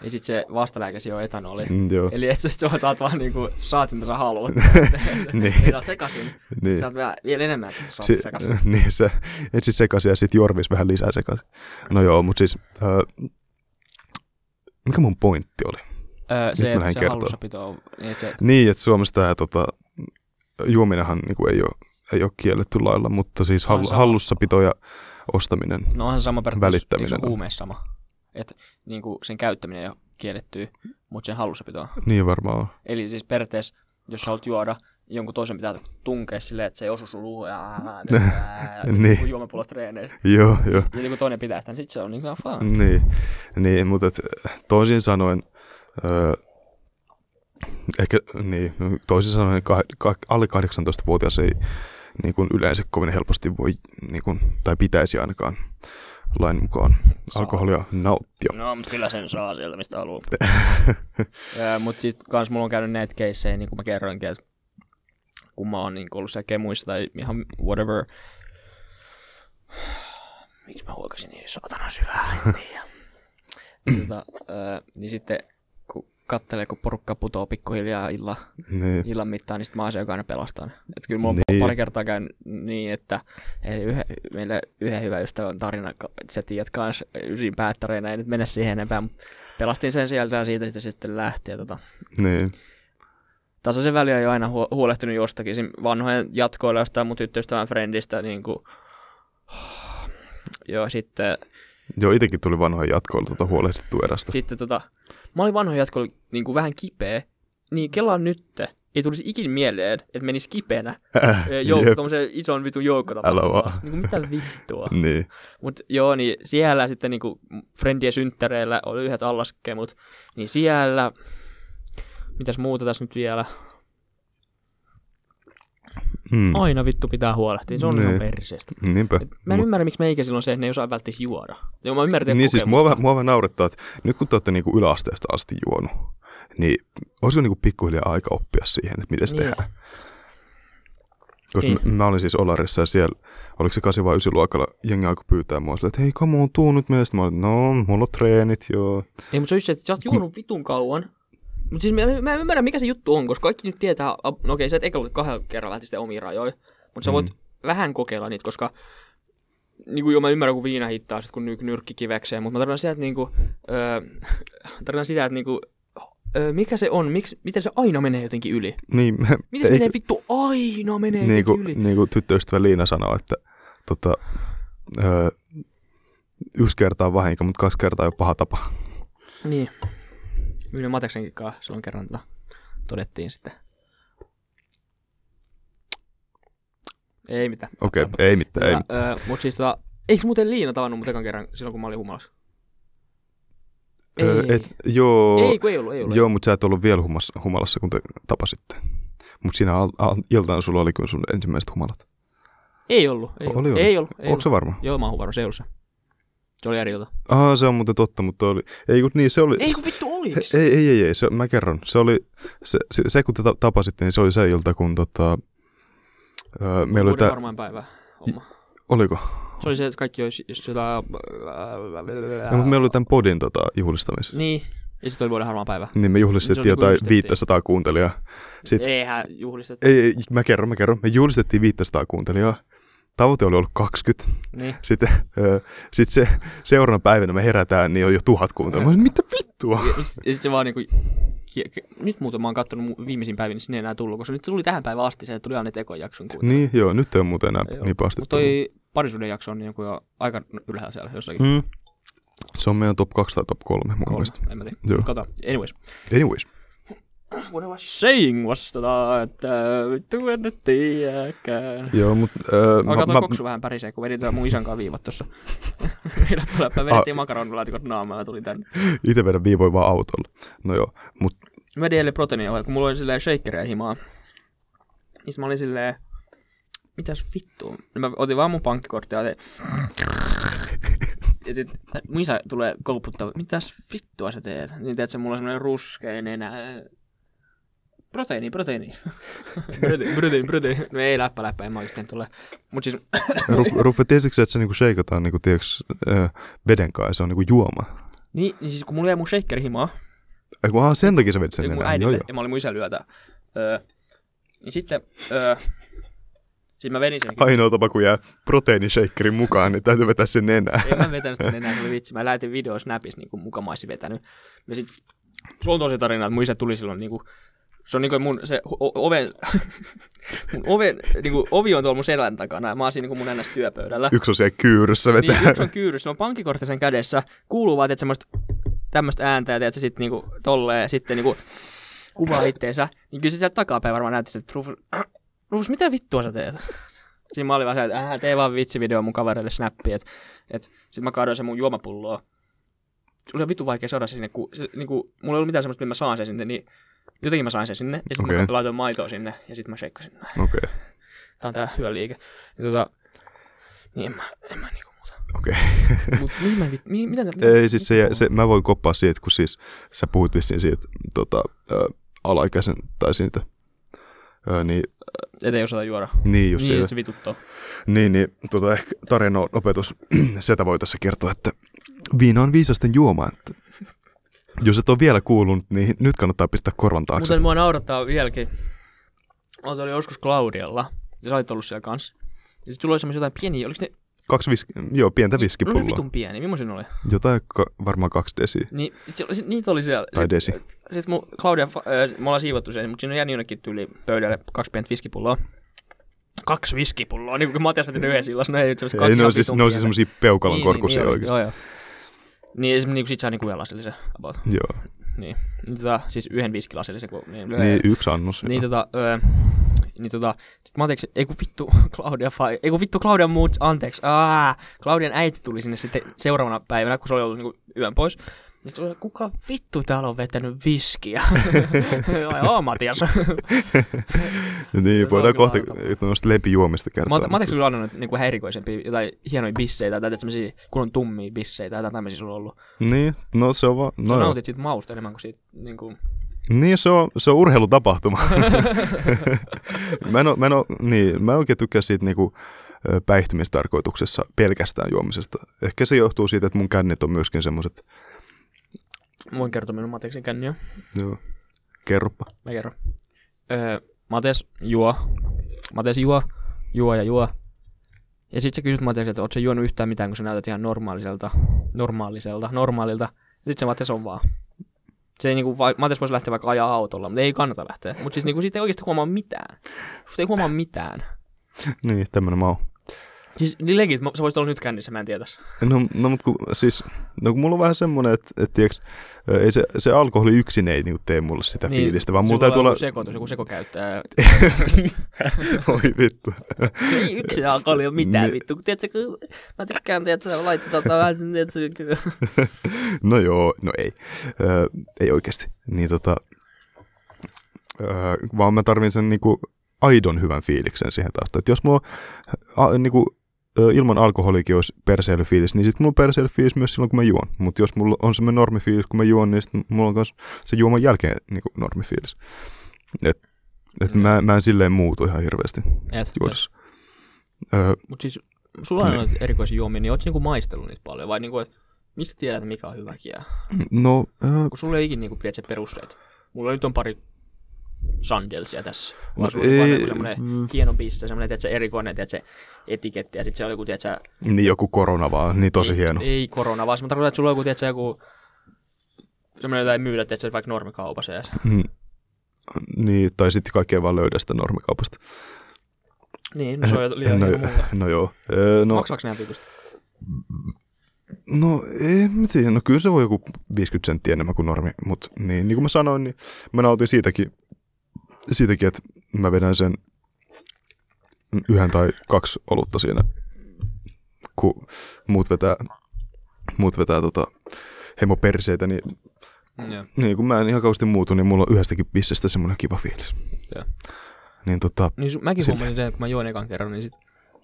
niin sit se vastalääke siihen on etanoli. Mm.
Mm, joo,
Eli et sä sit vaan saat vaan niinku, saat mitä sä haluat.
Niin.
Ei saat sekasin.
niin.
Niin. Saat vielä, vielä enemmän, että sä saat
Si-
sekasin.
niin, se, etsit sekaisin ja sitten jorvis vähän lisää sekaisin. No joo, mutta siis, äh, mikä mun pointti oli?
Öö,
mistä mä
se,
lähden
että se
kertomaan?
hallussapito on, niin että se,
Niin, että Suomessa tämä tota, juominenhan niinku, ei, ole, ei ole kielletty lailla, mutta siis
On
hall-
sama. Mm.
hallussapito ja ostaminen.
no onhan se sama periaatteessa,
Välittäminen
eikö se
on.
huumeessa sama? Että niinku sen käyttäminen ei ole kiellettyä, mutta sen hallussapitoa.
Niin varmaan on.
Eli siis periaatteessa, jos sä haluat juoda, jonkun toisen pitää tunkea silleen, että se ei osu sun luuhun ja
Niin.
niin. juomapulossa treeneissä.
Joo, joo.
Ja niin kun toinen pitää sitä, niin sit se on niin kuin ihan fun.
Niin, niin mutta et, toisin sanoen, öö, ehkä niin, no, toisin sanoen ka, ka, alle 18-vuotias ei niin kuin yleensä kovin helposti voi, niin kuin, tai pitäisi ainakaan lain mukaan
Saa.
alkoholia nauttia.
No, mutta kyllä sen saa sieltä, mistä haluaa. mutta sitten kans mulla on käynyt näitä keissejä, niin kuin mä kerroinkin, että kun mä oon niin ollut siellä kemuissa tai ihan whatever. Miksi mä huokasin niin saatana syvää, en tiedä. tota, ää, niin sitten kun kattelee, kun porukka putoo pikkuhiljaa illa,
Niin,
illan mittaan, niin sitten mä oon se, joka aina pelastan. Et kyllä mä oon
Niin.
niin. pari kertaa käynyt niin, että eli yhden, meillä yhden hyvän ystävän tarina, ka- sä tiedät kans ysin päättäreinä, ei nyt mennä siihen enempää, mut pelastin sen sieltä ja siitä sitä sitten lähti. Ja tota,
niin,
tasaisen väliä ei ole aina huo- huolehtinut jostakin, Esim. vanhojen jatkoilla jostain mun tyttöystävän friendistä, niin kuin, Joo, sitten,
joo, itsekin tuli vanhoja jatkoilla tuota huolehdittua erästä.
sitten tota, mä olin vanhojen jatkoilla niin kuin vähän kipeä, niin kelaan nyt, ei tulisi ikin mieleen, että menisi kipeänä
Äh,
joukko,
jep,
tommosen ison vitun joukko
Älä vaan.
Niin mitä vittua.
niin,
Mut joo, niin siellä sitten niinku Friendien synttäreillä oli yhdet allaskemut, niin siellä, mitäs muuta tässä nyt vielä,
mm,
aina vittu pitää huolehtia, se on
Niin.
ihan perseestä.
niinpä.
Mä en
Mut-
ymmärrä, miksi meikä silloin se, että ne ei osaa välttämättä juoda. Joo, mä ymmärrän teidän
Niin siis
kokemusta.
mua, vähän- mua vähän naurattaa, että nyt kun te olette niinku yläasteesta asti juonut, niin olisiko niinku pikkuhiljaa aika oppia siihen, että miten se
Niin.
tehdään? Koska
Niin.
niin. mä, mä olin siis Olarissa ja siellä, oliko se 8 vai 9 luokalla, jengi alkoi pyytää mua silleen, että hei come on, tuu nyt meistä. Mä olin, no, mulla on treenit, joo.
Ei, mutta se on just se, että sä oot juonut vitun kauan. Mutta siis mä, mä en ymmärrä, mikä se juttu on, koska kaikki nyt tietää, no okei, okay, sä et eka kahden kerran lähti sitä omia rajoja, mutta sä voit vähän kokeilla niitä, koska niin kuin jo mä ymmärrän, kun viina hittaa sit kun nyk, nyrkki kivekseen, mutta mä tarkoitan sitä, että niinku, öö, tarkoitan sitä, että niinku, öö, mikä se on, miksi, miten se aina menee jotenkin yli?
Niin,
Miten se menee vittu aina menee
niin
jotenkin
kuin,
yli?
niin kuin tyttöystävä Liina sanoi, että tota, öö, yksi kertaa on vahinko, mutta kaksi kertaa on paha tapa.
Niin. Yhden Mateksenkin kanssa silloin kerran tota, todettiin sitten. Ei mitään.
Okei, okay, ei mitään, ei mitään.
Öö, mut siis tota, eiks muuten Liina tavannut mut ekan kerran silloin kun mä olin humalassa?
Öö,
ei.
et, joo.
Ei, kun ei ollut, ei ollut.
Joo, mutta sä et ollut vielä humas, humalassa, kun te tapasitte. Mutta siinä al- al- iltana sulla oli kyllä sun ensimmäiset humalat.
Ei ollut, ei
Oli,
ollut.
oli.
Ei ollut, ei
Onko
ollut.
se varma?
Joo, mä oon varma, se ei ollut se. Se oli eri ilta.
Ah, se on muuten totta, mutta toi oli... Ei kun niin, se oli...
Ei kun vittu oliks?
ei, ei, ei, ei, se, mä kerron. Se oli, se, se, se kun te ta- tapasitte, niin se oli se ilta, kun tota... Öö, meillä oli
Uuden
tää,
varmaan päivä. Homma.
oliko?
Se oli se, että kaikki olisi jos jotain...
Ja, mutta meillä oli tämän podin tota, juhlistamis.
Niin, ja sitten oli vuoden harmaa päivä.
Niin me
Se
juhlistettiin
oli, kun
jotain
juhlistettiin.
500 kuuntelijaa. Sit-
Eihän juhlistettu.
Ei, ei, mä kerron, mä kerron. Me juhlistettiin 500 kuuntelijaa. Tavoite oli ollut 20.
Niin.
Sitten, öö, sit se, seuraavana päivänä me herätään, niin on jo tuhat kuuntelua. Mä olin, mitä vittua?
Ja, sit- ja sit se vaan niinku... ki- ki- Nyt muuten mä oon kattonut mu- viimeisin päivin, niin sinne ei enää tullut, koska nyt tuli tähän päivään asti se, että tuli aina tekon jakson kuitenkin.
Niin, joo, nyt ei ole muuten enää
Joo.
niin pahasti
Mutta toi parisuuden jakso on niinku jo aika ylhäällä siellä jossakin.
tullut. Mm. Se on meidän top 2 tai top 3 mun
Kolme,
mielestä.
en mä tiedä.
Joo.
Kato, anyways.
Anyways.
What I was saying was tota, että vittu en nyt tiedäkään.
Joo, mutta... Öö, mä,
Alkaa toi
mä,
koksu vähän pärisee, kun vedin tuon mun isän kanssa viivat tossa. Meillä tulee, mä
Ah.
vedettiin makaronilaatikot naamaa ja tuli tänne.
ite vedän viivoja vaan autolla. No joo, mutta
Mä vedin eilen proteiinia, kun mulla oli silleen shakereja himaa. Niin sit mä olin silleen, mitäs vittua? No mä otin vaan mun pankkikorttia ja tein... Ja sit mun isä tulee kolputtaa, mitäs vittua sä teet? Niin teet sä mulla on semmonen ruskea nenä. Proteiini, proteiini. proteiini, proteiini, proteiini. No ei läppä, läppä, en mä oikeesti tule. Mut siis,
Ruf, Ruffe, tiesitkö sä, että se niinku sheikataan niinku, tiiäks, öö, veden kanssa ja se on niinku juoma?
niin, niin siis kun mulla jäi mun shaker himaa,
Ei kun, aha, sen takia sä vedit sen
Sen mun
enää. Joo,
äidille,
joo.
ja mä olin mun isä lyötä. Öö, niin sitten, öö, siis mä vedin sen.
Ainoa tapa, kun jää proteiinishakerin mukaan, niin täytyy vetää sen enää.
En mä vetänyt sitä enää, se oli vitsi. Mä lähetin video Snapissa, niin kuin muka mä olisin vetänyt. Ja sit, se on tosi tarina, että mun isä tuli silloin niin kuin, se on niin kuin mun se o- oven, mun oven, niin kuin, ovi on tuolla mun selän takana ja mä oon siinä niin kuin mun ns. työpöydällä.
Yksi on siellä kyyryssä vetää.
Niin yksi on kyyryssä, se on pankkikortti sen kädessä, kuuluu vaan, että semmoista, tämmöistä ääntä ja teet sä sitten niinku tolleen, sitten niinku kuvaa itteensä, niin kyllä se sieltä takapäin varmaan näytti, että Rufus, Rufus, mitä vittua sä teet? Siinä mä olin vaan se, että äh, tee vaan vitsivideo mun kavereille snappi, että et, sit mä kaadoin sen mun juomapulloa. Se oli vittu vaikea saada sinne, kun se, niinku, mulla ei ollut mitään semmoista, millä mä saan sen sinne, niin jotenkin mä sain sen sinne, ja sitten okay.
Okei.
mä laitoin maitoa sinne, ja sitten mä sheikkasin näin.
Okei, okay.
Tää on tää hyöliike. Ja tota, niin en mä, en mä niinku muuta.
okei.
Mut mihin mä, vit- mihin, mitä, mitä
Ei, siis se, se, mä voin koppaa siitä, kun siis sä puhut vissiin siitä tota, ä, alaikäisen tai siitä. Ä, niin,
Että ei osata juoda.
niin just
niin,
niin,
että se vituttaa.
Niin, niin tota, ehkä tarinan opetus, sitä voi tässä kertoa, että viina on viisasten juoma. Että jos et ole vielä kuullut, niin nyt kannattaa pistää korvan taakse.
Mutta mua naurattaa vieläkin. Olet oli joskus Claudialla, ja sä olit ollut siellä kanssa. Ja sit sulla oli semmoisia jotain pieniä, oliko ne,
Kaksi viski, joo, pientä
no ne
viskipulloa.
vitun pieniä, millaisia ne oli?
Jotain ka- varmaan kaksi desiä.
Niin, siellä- sit- niitä oli siellä.
Tai
Sit-
desi.
Sitten mun Claudia, fa- äh, me ollaan siivottu sen, mutta siinä on jäänyt jonnekin tyyli pöydälle kaksi pientä viskipulloa. Kaksi viskipulloa, niin kuin Matias veti ne yhdessä illassa, no ei nyt semmoista kaksi
Ei, ne
ihan
on siis,
vitun
ne on siis
pientä.
semmosia peukalon niin, korkuisia
niin,
niin,
joo,
oikeasti.
Joo, joo. Niin, esim, niin sit saa niinku yhden lasillisen about.
Joo, joo.
Niin. Niin Tota, siis yhden viskilasillisen, kun niin,
niin yksi annos.
Niin tota, öö, niin tota, sit mä anteeksi, ei kun vittu Claudia fai, ei kun vittu Claudian muut, anteeksi, aah, Claudian äiti tuli sinne sitten seuraavana päivänä, kun se oli ollut niinku yön pois. Niin se oli, kuka vittu täällä on vetänyt viskiä? Ai oo Matias.
niin
on
voidaan
kyllä
kohta noista lempijuomista kertoa.
Mä, mä oon kyllä annanut niinku erikoisempia, jotain hienoja bissejä tai tämmöisiä kunnon tummia bissejä tai tämmöisiä sulla on ollut.
Niin, no se on vaan,
Sä
no
no
joo.
nautit siitä mausta enemmän kuin siitä niinku,
Niin, se on, se on urheilutapahtuma. mä, en oo, mä, en oo, niin, mä en oikein tykkää siitä niinku, ö, päihtymistarkoituksessa pelkästään juomisesta. Ehkä se johtuu siitä, että mun kännit on myöskin semmoiset,
voin kertoa minun Matiaksen känniä.
joo, kerropa.
Mä kerron. Öö, Mates juo. Mates juo, juo ja juo. Ja sit sä kysyt Mates, että oot sä juonut yhtään mitään, kun sä näytät ihan normaaliselta, normaaliselta, normaalilta. Ja sit se Mates on vaan. Se ei niinku, vai- Mates voisi lähteä vaikka ajaa autolla, mutta ei kannata lähteä. Mut siis niinku siitä ei oikeesti huomaa mitään. Susta ei huomaa mitään.
Niin, tämmönen mä oon.
Siis niin legit, mä- sä voisit olla nyt kännissä, mä en tietäis.
No, no mutta kun, siis, no, kun mulla on vähän semmoinen, että, että tiiäks, ö, ei se, se alkoholi yksin ei niinku, tee mulle sitä niin, fiilistä, vaan mulla
sulla
täytyy
on
olla...
Joku sekoitus, joku sekokäyttäjä.
Oi vittu.
Ei yksin alkoholi ei ole mitään
Niin.
vittu. Kun tiedätkö, kun mä tykkään, tiedätkö, laittaa tota vähän, tiedätkö,
No joo, no ei. Öö, ei oikeasti. Niin tota, öö, vaan mä tarvin sen niinku aidon hyvän fiiliksen siihen taustaan. Et jos mulla on a, niinku, ö, ilman alkoholikin olisi perseilyfiilis, niin sitten mulla on perseilyfiilis myös silloin, kun mä juon. Mutta jos mulla on semmoinen normifiilis, kun mä juon, niin sitten mulla on myös se juoman jälkeen niinku normifiilis. Et, et
Mm.
mä, mä en silleen muutu ihan hirveästi
Et,
juodessa. Öö,
Mutta siis sulla on
Niin.
noita erikoisia juomia, niin ootko niinku maistellut niitä paljon vai niinku, et mistä tiedät, mikä on hyvä kielä?
no, öö,
Kun sulla ei ikinä niinku, tiedät se perusteet. Mulla nyt on pari sandelsia tässä.
No
Vaan sulla on vaan
ei-
joku semmonen
mm.
hieno piste, semmonen tiedät se erikoinen, tiedät se etiketti ja sit se on joku, tiedät se,
niin joku korona vaan, niin tosi
ei,
hieno.
Ei korona, vaan mä tarkoitan, että sulla on joku, tiedät se, joku semmonen jotain myydä, tiedät se vaikka normikaupassa ja se.
Mm. Niin, tai sitten kaikkea vaan löydä sitä normikaupasta.
Niin, no se on liian
no,
no, muuta.
no joo. Öö,
No.
No,
Maksaaks nää vitusta?
no ei mä tiedä. No kyllä se voi joku 50 senttiä enemmän kuin normi. Mutta niin, niin kuin mä sanoin, niin mä nautin siitäkin, siitäkin että mä vedän sen yhden tai kaksi olutta siinä, kun muut vetää, muut vetää tota hemoperseitä, niin,
Joo.
niin kun mä en ihan kauheasti muutu, niin mulla on yhdestäkin pissestä semmoinen kiva fiilis.
Joo.
Niin tota,
Niin su- mäkin
Sille.
huomasin sen, että kun mä join ekan kerran, niin sit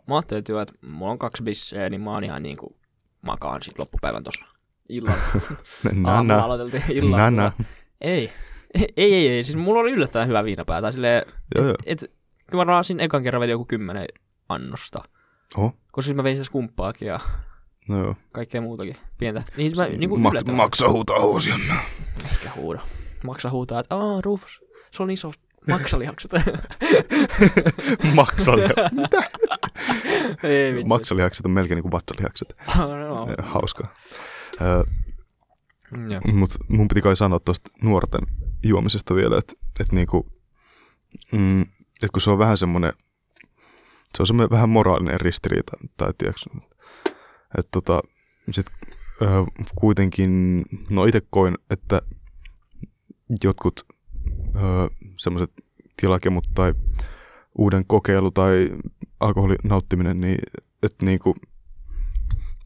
mä ajattelin, että, joo, että mulla on kaksi bisseä, niin mä oon ihan niinku makaan sit loppupäivän tossa. Illalla. Aamulla
nana,
aloiteltiin illalla.
nana.
Ei. Ei, ei, ei. Siis mulla oli yllättäen hyvä viinapää. Tai silleen,
Joo, joo.
et, kyllä mä rahasin ekan kerran vielä joku kymmenen annosta.
Oho.
Koska siis mä vein sitä skumppaakin ja
No joo.
kaikkea muutakin pientä. Niin sit mä niinku
Mak-
yllättäen.
maksa huutaa housia.
Mikä huuda. Maksa huutaa, että aah, Rufus, se on iso maksalihakset.
Maksalihakset.
ei Niin vitsi.
Maksalihakset on melkein niin kuin vatsalihakset.
no.
Eh, Hauskaa. Öö,
Joo.
Mutta mun piti kai sanoa tuosta nuorten juomisesta vielä, että et niinku, mm, et kun se on vähän semmoinen, se on semmoinen vähän moraalinen ristiriita, tai tiiäks, että tota, sit, ö, kuitenkin, no itse koin, että jotkut semmoiset tilakemut tai uuden kokeilu tai alkoholin nauttiminen, niin että niinku,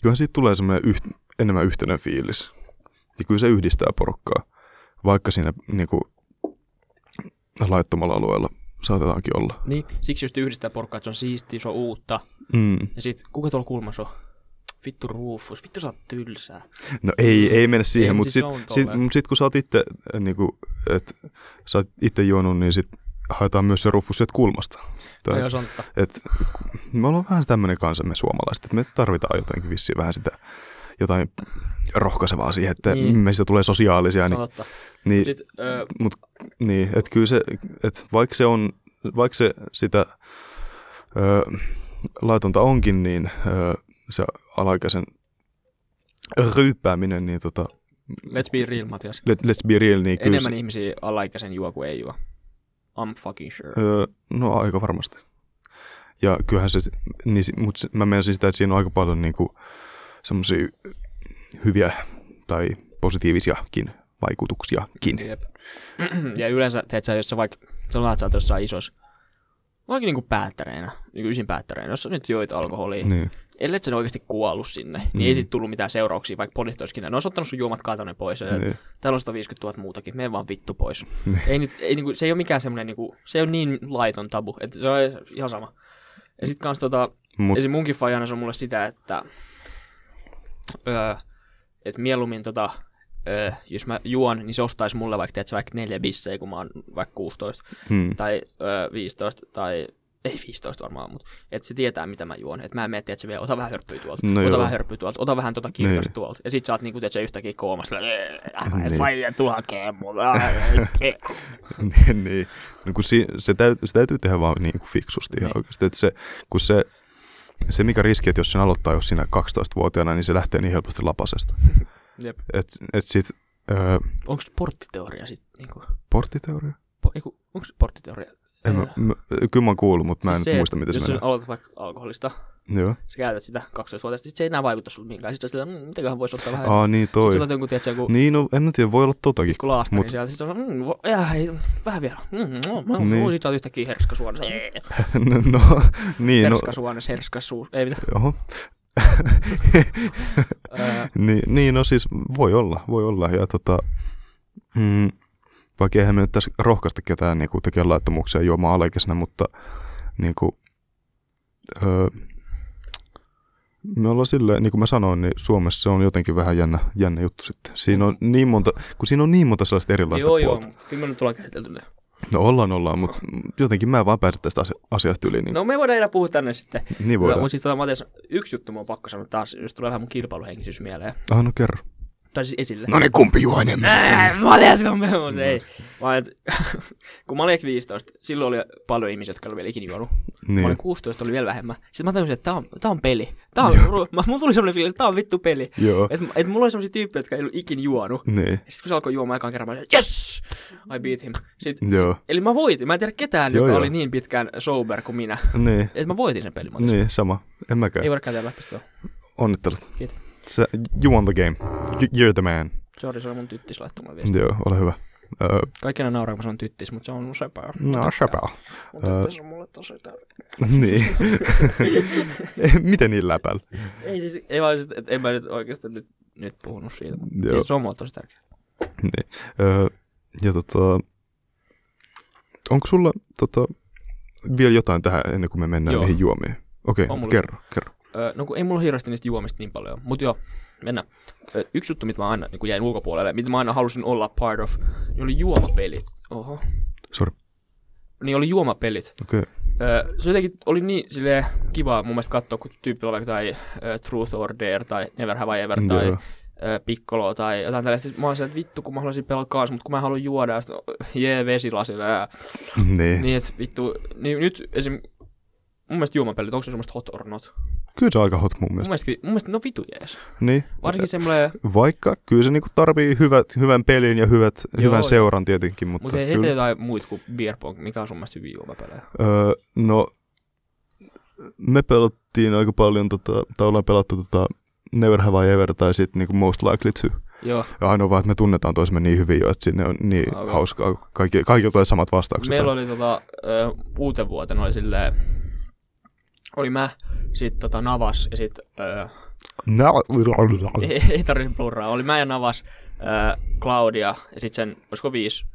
kyllähän siitä tulee semmoinen yht, enemmän yhtenä fiilis. Ja Niin kyllä se yhdistää porukkaa, vaikka siinä niinku, laittomalla alueella saatetaankin olla.
Niin, siksi just yhdistää porukkaa, että se on siistiä, se on uutta.
Mm.
Ja sit, kuka tuolla kulmassa on? Vittu Rufus, vittu sä oot tylsää.
No ei, ei mennä siihen,
Ei,
mutta sit,
mutta siis se on
sit,
tolleen.
mut sit kun sä oot itse niinku, et, sä oot itse juonut, niin sit haetaan myös se ruffus sieltä kulmasta.
Toi on sontta.
Et, me ollaan vähän tämmöinen kansa me suomalaiset, että me tarvitaan jotenkin vissiin vähän sitä jotain rohkaisevaa siihen, että niin.
Niin.
meistä tulee sosiaalisia.
Se
Niin,
on totta.
niin,
Sit, ö,
mut, niin että kyllä se, et vaikka se on, vaikka se sitä ö, laitonta onkin, niin ö, se alaikäisen ryyppääminen, niin tota,
let's be real, Matias.
let, let's be real, niin kyllä
Enemmän
se,
ihmisiä alaikäisen juo kuin ei juo. I'm fucking sure.
ö, no aika varmasti. Ja kyllähän se, niin, mutta mä menen siis sitä, että siinä on aika paljon niin kuin, semmoisia hyviä tai positiivisiakin vaikutuksiakin.
Jep. ja yleensä, teet sä, jos sä vaikka, sanotaan, että sä oot jossain isossa, vaikka niinku päättäreinä, niinku ysin päättäreinä, jos sä nyt joit alkoholia, niin.
Niin.
ellei sä oikeasti kuollut sinne, niin
Mm.
ei sit tullut mitään seurauksia, vaikka poliisit olisikin näin. Ne olisi ottanut sun juomat katonne pois, ja
Niin.
täällä on 150 000 muutakin, mene vaan vittu pois.
Niin.
ei, nyt, ei, niinku, se ei ole mikään semmoinen, niinku, se ei ole niin laiton tabu, että se on ihan sama. Ja sit kans tota,
Mut,
Esim. munkin fajana se on mulle sitä, että öö, et mieluummin tota, öö, jos mä juon, niin se ostaisi mulle vaikka, teet, vaikka neljä bissejä, kun mä oon vaikka 16
mm,
tai öö, 15 tai ei 15 varmaan, mutta et se tietää, mitä mä juon. Et mä en miettiä, että se vielä ota vähän hörppyä tuolta,
No
no ota
joo.
vähän hörppyä tuolta, ota vähän tota kirkasta
Niin.
tuolta. Ja sit sä oot niinku, että se yhtäkkiä koomassa,
Niin.
niin. faija, tuu hakee mulle.
niin, niin. No, kun si, se, täytyy, se täytyy tehdä vaan niin kuin fiksusti ihan
Niin.
oikeasti. Että se, kun se, se mikä riski, että jos sen aloittaa jos siinä 12-vuotiaana, niin se lähtee niin helposti lapasesta.
Jep.
Et, et sit, öö,
Onko porttiteoria sit niinku?
porttiteoria?
Po, onko porttiteoria?
En mä, mä, kyllä mä oon kuullut, mutta mä en
Siis
nyt muista,
että
miten se
Jos
menee.
sä aloitat vaikka alkoholista,
Joo.
sä käytät sitä 12-vuotiaasta, sit se ei enää vaikuta sun mihinkään. Sitten sillä, mmm, mitäköhän voisi ottaa vähän.
Aa, niin toi.
Sitten sä jonkun, tiedätkö, joku
Niin, no en mä tiedä, voi olla totakin.
pikku laastari
mut-
mut... sieltä. Sitten on, mmm, vo, jää, ei, vähän vielä. Mm, no, mä
Niin.
niin. sit sä oot yhtäkkiä herska suonessa.
no, niin, no,
Herska suonessa, herska suu. Ei mitä.
oho.
Öö,
Niin, niin, no siis voi olla, voi olla. Ja tota, mm, vaikka eihän me nyt tässä rohkaista ketään niin tekemään laittomuuksia juomaan alaikäisenä, mutta niin kuin, öö, me ollaan silleen, niin kuin mä sanoin, niin Suomessa se on jotenkin vähän jännä, jännä juttu sitten. Siinä on niin monta, kun siinä on niin monta sellaista erilaista
joo, joo,
puolta.
mut kyllä me nyt ollaan käsitelty ne.
No ollaan, ollaan, mutta jotenkin mä en vaan pääse tästä asi- asiasta yli, niin, no,
No me voidaan enää puhua tänne sitten.
niin voidaan.
Mutta siis tota, Matias, yksi juttu mun on pakko sanoa taas, jos tulee vähän mun kilpailuhenkisyys mieleen.
Ah, no kerro.
Tai siis esille.
ne No niin, kumpi juo enemmän?
Ää, Mä olin äsken menossa, ei.
Niin.
Vaan, et, kun mä olin ehkä 15, silloin oli paljon ihmisiä, jotka oli vielä ikinä juonut. Niin. Mä olin
Niin,
16, oli vielä vähemmän. Sitten mä tajusin, että tää on, tää on peli. Tää on, ru- mä, mulla tuli semmoinen fiilis, että tää on vittu peli.
joo.
Et, et mulla oli semmoisia tyyppejä, jotka ei ollut ikinä juonut.
Niin,
Sitten kun se alkoi juomaan ekaan kerran, mä olin, että yes! I beat him. Sit,
joo.
eli mä voitin. Mä en tiedä ketään,
Joo,
joka
joo.
oli niin pitkään sober kuin minä.
Niin,
Et mä voitin sen pelin. Matias.
niin sama. En mäkään.
Ei voida käydä läpi sitä.
Onnittelut.
Kiitos.
Sä, you won the game. You, you're the man.
Sorry, se oli mun tyttis laittama viesti.
Joo, ole hyvä. Öö,
Kaikki aina nauraa, kun mä sanon tyttis, mutta se on mun sepää.
no, chapelle.
Mun
Ää.
tyttis on mulle tosi tärkeä.
niin. Miten niin läpällä?
Ei siis, ei vaan, sit- et en mä nyt oikeastaan nyt, nyt puhunut siitä. mutta
Joo.
Siis se on mulle tosi tärkeä.
Niin. Öö, ja tota, onko sulla tota, vielä jotain tähän ennen kuin me mennään
Joo.
niihin juomiin? Okei,
On mulla.
kerro, kerro.
Öö, no kun ei mulla hirveästi niistä juomista niin paljon, mutta joo, mennään. Öö, yksi juttu, mitä mä aina niin kun jäin ulkopuolelle, mitä mä aina halusin olla part of, niin oli juomapelit. Oho.
Sori,
Niin oli juomapelit.
okei.
Öö, se jotenkin oli niin silleen kivaa mun mielestä katsoa, kun tyyppi oli vaikka tai öö, Truth or Dare tai Never Have I Ever tai
Joo.
öö, Piccolo tai jotain tällaista. Mä oon siellä, että vittu, kun mä haluaisin pelata kanssa, mutta kun mä haluan juoda, ja sitten jee vesilasilla ja
Niin.
Niin, et vittu, niin nyt esim. Mun mielestä juomapelit, onko se semmoista hot or not? Mun
Kyllä se on aika hot mun mielestä.
mielestä, mun mielestä ne on vitu jees.
Niin.
Varsinkin semmoinen,
Vaikka kyllä se niinku tarvii hyvät, hyvän pelin ja hyvät,
Joo.
hyvän seuran tietenkin, mutta,
mutta ei
kyllä-
heti jotain muut kuin beer pong, mikä on sun mielestä hyviä juomapelejä.
Öö, no, me pelattiin aika paljon, tota, tai ollaan pelattu tota, Never Have I Ever tai sitten niin Most Likely To.
Joo.
Ja ainoa vaan, että me tunnetaan toisemme niin hyvin jo, että sinne on niin
Aivan.
hauskaa. Kaikki, kaikilla tulee samat vastaukset.
Meillä oli tota, ö, uuteen vuoteen oli silleen, oli mä, sit tota Navas ja sit, ö,
Nää-
ei, ei tarvitse plurraa, oli mä ja Navas, ö, Claudia ja sit sen, olisiko viisi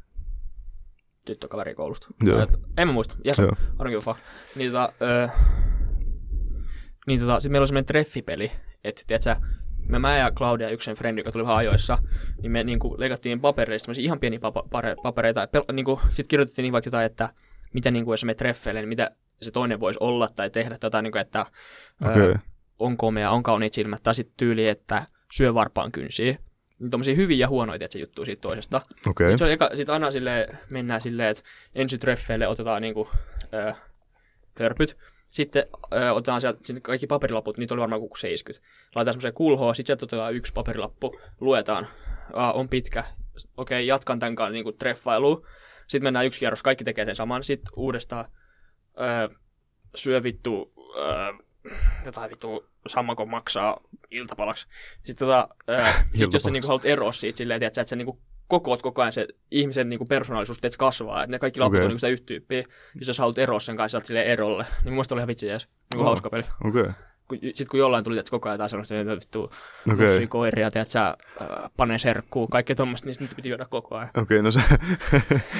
tyttökaveri koulusta.
Joo.
Ö, En mä muista, jäsen,
Joo.
I don't give a fuck. Niin tota, ö, niin tota, sit meillä oli semmonen treffipeli, että tiiätsä, me, mä ja Claudia ja yksi sen frendi, joka tuli vähän ajoissa, niin me niinku leikattiin papereista semmoisia ihan pieniä papa- pare- papereita. Pel, niinku, sit kirjoitettiin niin vaikka jotain, että mitä niinku, jos me treffeille, niin mitä se toinen voisi olla tai tehdä tätä, niinku, että
Okei.
ö, on komea, on kauniit silmät, tai sitten tyyli, että syö varpaan kynsiä. Niin tommosia hyviä ja huonoja, että se juttu siitä toisesta.
Okei.
Sit se on eka, sit aina sille mennään silleen, että ensi treffeille otetaan niinku, ö, hörpyt, sitten ö, otetaan sieltä sinne kaikki paperilaput, niitä oli varmaan joku 70. Laitetaan semmoiseen kulhoon, sitten sieltä otetaan yksi paperilappu, luetaan, Aa, on pitkä, okei, jatkan tämän kanssa niinku treffailuun. Sitten mennään yksi kierros, kaikki tekee sen saman, sitten uudestaan ö, syö vittu, ö, jotain vittu sammakon maksaa iltapalaksi. Sitten tota, ö, sit jos
Iltapalaksi.
sä niinku haluat eroa siitä silleen, tiedät, sä, että sä niinku kokoot koko ajan se ihmisen niinku persoonallisuus, että se kasvaa, että ne kaikki laput
Okei.
on niinku sitä yhtä tyyppiä jos sä haluat eroa sen kanssa, sä oot silleen erolle. Niin mun mielestä oli ihan vitsi jees. Niin
Joo.
kuin hauska peli.
Okei.
Kun, sit kun jollain tuli, että koko ajan jotain sellaista, että vittu,
Okei.
okay. koiria, teet sä, äh, paneserkkuu, kaikkea tuommoista, niin sit niitä piti juoda koko ajan.
Okei, no se,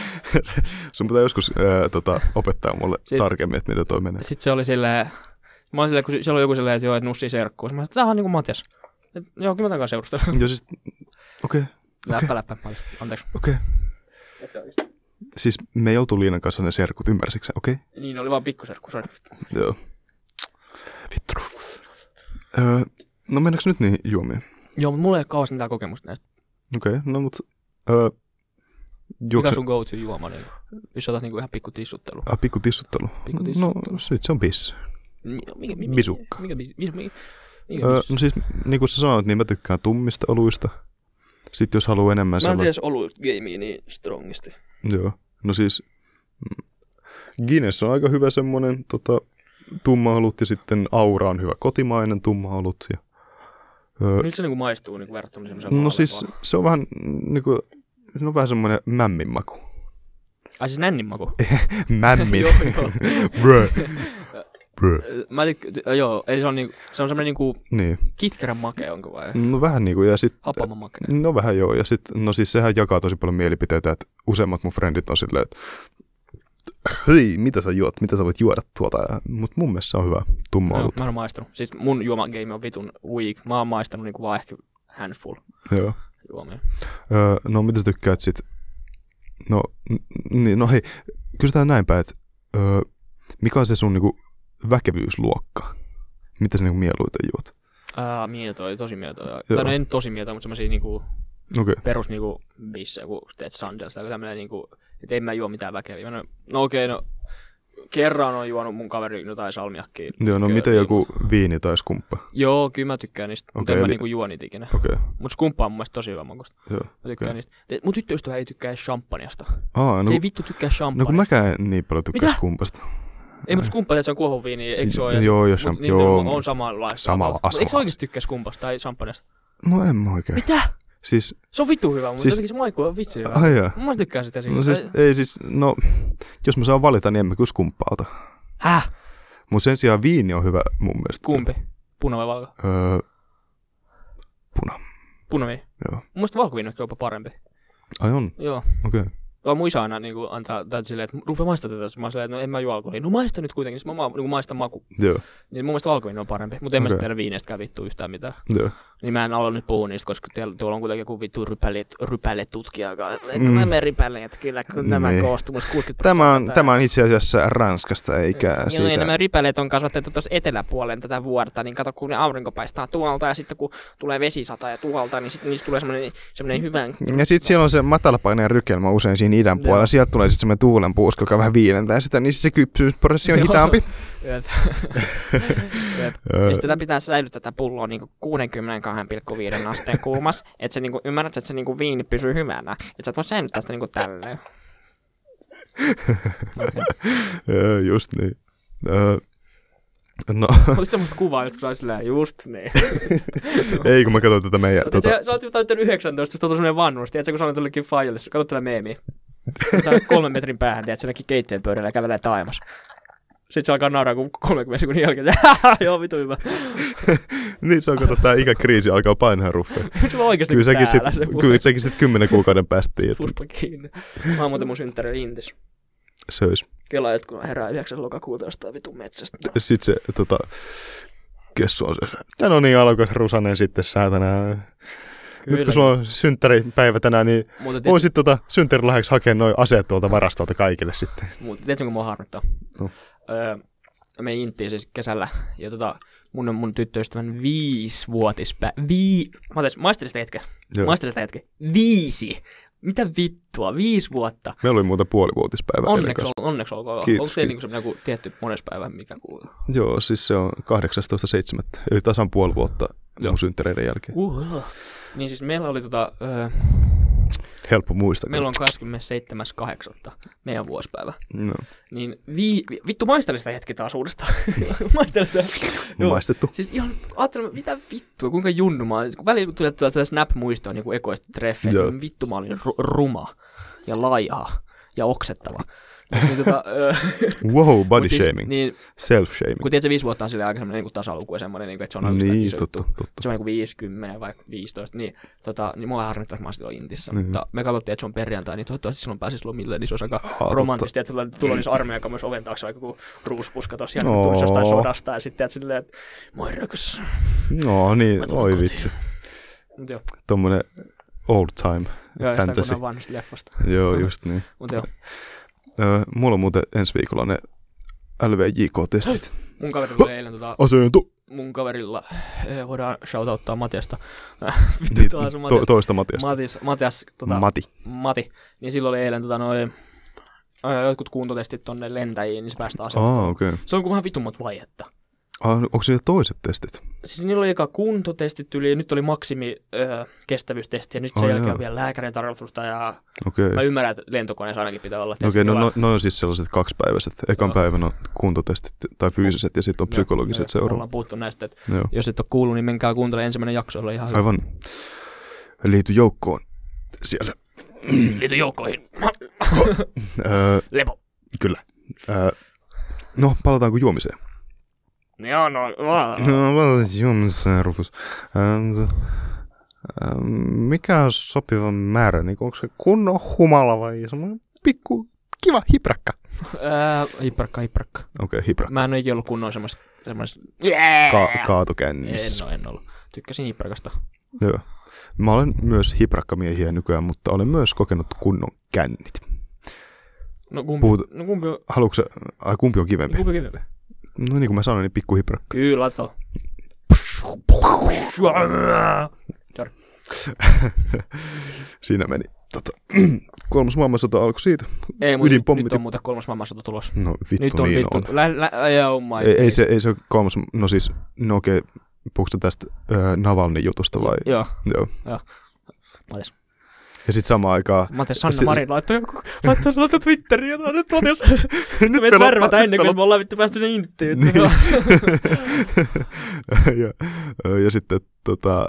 sun pitää joskus ää, tota, opettaa mulle
Sit-
tarkemmin, että miten toi menee.
Sitten se oli silleen, mä olin silleen, kun siellä oli joku silleen, että joo, että nussi serkkuu. Sitten Mä sanoin, että tää on niinku Matias. Et, joo, kyllä mä tämän kanssa seurustella.
Ja siis, okei,
Läppä, läppä. Mä olin, anteeksi.
okei. Siis me ei oltu Liinan kanssa ne serkut, ymmärsitkö sä? Okei?
Niin, oli vaan pikkuserkku, sori.
Joo. Vittu. Öö, no mennäänkö nyt niihin juomiin?
Joo, mutta mulla ei ole kauheasti mitään kokemusta näistä.
Okei, no mut... Öö,
Mikä
juokse-
sun go-to juoma, niin, jos otat niinku ihan pikku tissuttelu?
Ah, pikku tissuttelu.
Pikku
No sit se on bis.
Mikä, mikä,
Bisukka.
Mikä, mikä, mikä, mikä, mikä,
Öö,
mikä
no siis, niin kuin sä sanoit, niin mä tykkään tummista oluista. Sitten jos haluaa enemmän
Mä en tiedä
sellaista...
edes ollut gamea niin strongisti.
Joo. No siis... mm, Guinness on aika hyvä semmonen tota, tumma olut ja sitten Aura on hyvä kotimainen tumma olut. Ja, öö,
Miltä se niinku maistuu niinku verrattuna semmoiseen
no siis se on vähän niin kuin, se on vähän semmoinen mämmin maku.
Ai siis nännin maku.
Mämmin.
joo, joo.
Brö. Brö.
Mä tykk- ty- joo, eli se on, niinku, se on semmoinen niinku
Niin.
kitkerän make onko vai?
No vähän niinku, ja sit,
Happama make.
no vähän joo, ja sit, no siis sehän jakaa tosi paljon mielipiteitä, että useimmat mun frendit on silleen, että hei, mitä sä juot, mitä sä voit juoda tuota, ja, mut mun mielestä se on hyvä, tumma
No,
ollut.
mä en oo maistanut. Siis mun juomagame on vitun weak. Mä oon maistanut niinku vaan ehkä handful
Joo.
juomia.
Öö, no mitä sä tykkäät sit? No, n- niin, no hei, kysytään näin päin, että öö, mikä on se sun niinku väkevyysluokka? Mitä sä niinku mieluiten juot?
Ää, mietoja, tosi mietoja.
Joo.
Tai no ei nyt tosi mietoja, mutta semmosia niinku
Okei,
perus niinku bissejä, kun teet sandals tai joku tämmönen niinku, et en mä juo mitään väkeviä. Mä en- No okei, no kerran on juonut mun kaveri jotain salmiakkiin.
joo, no
Kyllä,
miten
niin.
joku viini tai skumppa?
Joo, kyllä mä tykkään niistä, okay, mutta
Okei,
en mä
eli-
niinku juo niitä ikinä.
Okei,
Mut skumppa on mun mielestä tosi hyvä makusta.
joo.
Mä tykkään
Okei.
okay. niistä. Te- Mun tyttöystävä ei tykkää edes champanjasta.
Aa,
No, se
no,
ei vittu tykkää
no kun
champanjasta.
mäkään en niin paljon tykkää
Mitä?
skumpasta.
No, ei mut skumppa, että se on kuohuviini, eikö se ole?
Joo, jos
Mut,
champ-
niin,
joo.
joo. on samanlaista.
Samalla
Mut Eikö
asemalla.
se oikeesti tykkää skumpasta tai champanjasta?
No en mä oikein.
Mitä?
Siis,
Se on vittu hyvä,
Siis-
mutta siis... jotenkin se maiku on vitsi hyvä.
ai jaa.
Mun mielestä tykkään sitä siitä.
No siis, ei siis, no, jos mä saan valita, niin en mä kyllä skumpaa ota.
Häh?
Mutta sen sijaan viini on hyvä mun mielestä.
Kumpi? Puna vai valko?
Öö, puna.
Punaviini.
Joo.
Mun mielestä valkoviini on jopa parempi.
Ai on,
Joo.
okei. Okay.
Vaan mun isä aina niin kuin, antaa tätä silleen, että rupe maista tätä. Sitten Mä oon silleen, että no en mä juo alkoholia. No maista nyt kuitenkin. Sitten mä niin maistan maku.
Joo,
Niin mun mielestä valkoinen on parempi, mutta en mä
Okei.
sitten tiedä viineistä vittu yhtään mitään.
joo.
Niin mä en ala nyt puhua niistä, koska teillä, tuolla on kuitenkin joku vittu rypäle, rypäle tutkija, joka että mm. me rypäleet kyllä, kun nämä
Niin.
koostumus 60
Tämä on,
prosenttia.
tämä on itse asiassa Ranskasta, eikä
Joo,
siitä.
niin, nämä rypäleet on kasvatettu tuossa eteläpuolen tätä vuorta, niin kato kun ne aurinko paistaa tuolta ja sitten kun tulee vesisata ja tuolta, niin sitten niistä tulee semmoinen, semmoinen hyvän...
Ja sitten siellä on se matalapaineen rykelmä usein siinä idän
Joo.
puolella. Sieltä tulee sitten semmoinen tuulen puuska, joka vähän viilentää sitä, niin sit se kypsyysprosessi on
Joo.
hitaampi.
Jep.
Öö,
Jep. Ja sitten Siis tätä pitää säilyttää tätä pulloa niin 62,5 asteen kuumassa, että sä niin ymmärrät, että se niin viini pysyy hyvänä. Että sä et voi säilyttää sitä niin kuin tälleen.
Öö, just niin. Öö, No,
Olis semmoista kuvaa, just kun sä olit silleen, just niin.
ei kun mä katson tätä meidän...
Tota...
Tota,
Sä, sä oot jotain täyttänyt 19, susta on semmoinen vanhus, tiedätkö, kun sanoit jollekin faijalle, sä katsot tällä meemiä. Tää kolmen metrin päähän, tiedätkö, jonnekin keittiön pöydällä ja kävelee taajamassa. Sitten se alkaa nauraa kun 30 sekunnin jälkeen. Joo, vitu hyvä.
niin se on, kato, tää ikäkriisi alkaa painaa ruffeen.
Nyt sulla on oikeasti
Kyllä sekin
täällä se
sitten kyllä sekin sit kymmenen kuukauden päästiin, että
purpa kiinni. Mä oon muuten mun synttäri Intis.
söis.
Kela, että kun herää 9. lokakuuta jostain vitun metsästä.
Sitten se, tota, kessu on se. Ja no niin, alkoi se Rusanen sitten säätänä. Nyt kun sulla on synttäripäivä tänään, niin
Mutta tiedätkö,
voisit tota synttärilahjaksi hakea noin aseet tuolta varastolta kaikille sitten.
Mutta tiedätkö, kun mua harmittaa?
No.
Öö, mä menin Inttiin siis kesällä, ja tota, mun on mun tyttöystävän viisivuotispä... Vii... Mä otan maisterista hetken.
Joo.
Maisterista hetken. Viisi! Mitä vittua? Viisi vuotta.
Meillä oli muuta puolivuotispäivä.
Onneksi, ol, onneksi olkoon.
Kiitos,
Onko
kiitos.
teillä niinku semmoinen joku tietty mones päivä, mikä kuuluu?
Joo, siis se on 18.7. Eli tasan puoli vuotta Joo.
Joo.
mun synttäreiden jälkeen.
Uhu. Niin siis meillä oli tota... Öö,
Helppo muistaa.
meillä on 27.8. meidän vuosipäivä.
No,
Niin vi, vi, vittu maistelen sitä hetki taas uudestaan. maistelen sitä. Joo.
maistettu.
Siis ihan ajattelin, mitä vittua, kuinka junnu mä olin. Kun välillä tulee tulee tulee snap-muistoa niin ekoista treffeistä,
Joo.
niin vittu mä olin ru- ruma ja laiha ja oksettava. niin, tota, ö,
Wow, body
mut siis,
shaming.
Niin,
Self-shaming.
kun tiedät, se viisi vuotta on silleen aika semmoinen niin tasaluku ja semmoinen, niin kuin, että se on aika
Niin,
iso
totta,
juttu.
totta.
Se on niin kuin 50 vai 15, niin, tota, niin mua harmittaa, että mä oon silloin Intissä.
Mhm.
Mutta me katsottiin, että se on perjantai, niin toivottavasti silloin pääsis lomille, niin se olisi aika
totta.
romanttista, että tulee tulla niissä armeija, joka myös oven taakse, vaikka joku ruuspuska tosiaan
Oo.
no. tulisi jostain sodasta, ja sitten että silleen, että moi rakas.
No
Mä
niin,
tulen
oi
kotiin.
vitsi.
Mut joo.
Tommonen old time
Joo, jostain
fantasy.
kunnan vanhasta leffasta.
Joo, just niin.
Mutta joo,
Öö, mulla on muuten ensi viikolla ne LVJK-testit.
mun kaverilla oli eilen, tota,
Asentu!
mun kaverilla, eh, voidaan shoutouttaa Matiasta.
Niin,
Vittu taas on
to,
Matias.
toista Matiasta.
Matis, Matias, tota,
Mati.
Mati, niin silloin oli eilen tota, noin, ää, jotkut kuuntotestit tonne lentäjiin, niin se päästään asettaa.
Ah, okei. Okay.
Se on kuin vähän vitummat vaihetta.
Ah, no, onko siinä toiset testit?
Siis niillä oli eka kuntotestit yli, ja nyt oli maksimi öö, kestävyystesti, ja nyt sen
Ai
oh, jälkeen
joo.
on vielä lääkärin tarkastusta, ja
Okei.
mä ymmärrän, että lentokoneessa ainakin pitää olla.
No Okei, no,
testit,
no, no on siis sellaiset kaksipäiväiset. Ekan
Joo.
päivän on kuntotestit tai fyysiset ja sitten on
Joo,
psykologiset
joo,
seuraavat.
Ollaan puhuttu näistä, että
Joo.
jos et ole kuullut, niin menkää kuuntelemaan ensimmäinen jakso, oli ihan hyvä.
Aivan. Liity joukkoon siellä.
Liity joukkoihin.
Öö,
Lepo.
kyllä. Öö, no, palataanko juomiseen?
Joo, no, no.
No, palataan juomiseen, Rufus. Öö, mutta, öö, mikä on sopiva määrä? Niin, onko se kunnon humala vai semmoinen pikku kiva hiprakka? Äh,
Hiprakka, hiprakka.
Okei, okay, hiprakka.
Mä en oikein ollut kunnon semmoista... semmoista...
Ka-
en
kaatokännissä.
oo, en ollut. Tykkäsin hiprakasta.
Joo. Mä olen myös hiprakkamiehiä nykyään, mutta olen myös kokenut kunnon kännit.
No kumpi,
Puhut-
no kumpi on...
Haluatko sä, ai, kumpi on kivempi?
Kumpi kivempi?
No niin kuin mä sanoin, niin pikku hiprakka.
Kyllä, to.
Siinä meni. Tota, kolmas maailmansota alkoi siitä.
Ei, mutta
Ydinpommit-
nyt on muuten kolmas maailmansota tulossa.
No vittu,
nyt on,
niin
vittu.
on.
Lä, lä, ei, oh my
Ei, ei,
days.
se, ei se ole kolmas, no siis, no okei, puhuuko sä tästä äh, Navalnin jutusta vai?
Joo,
Joo.
Matias.
Ja sitten samaan aikaan,
Matias Sanna
Se-
Marin laittoi joku, laittoi, laittoi Twitteriin jotain, nyt Matias,
nyt
meidät
pelottaa,
värvätään
nyt
ennen kuin me ollaan vittu päästy ne inttiin. no.
Niin.
Joo.
ja, ja sitten tota, äh,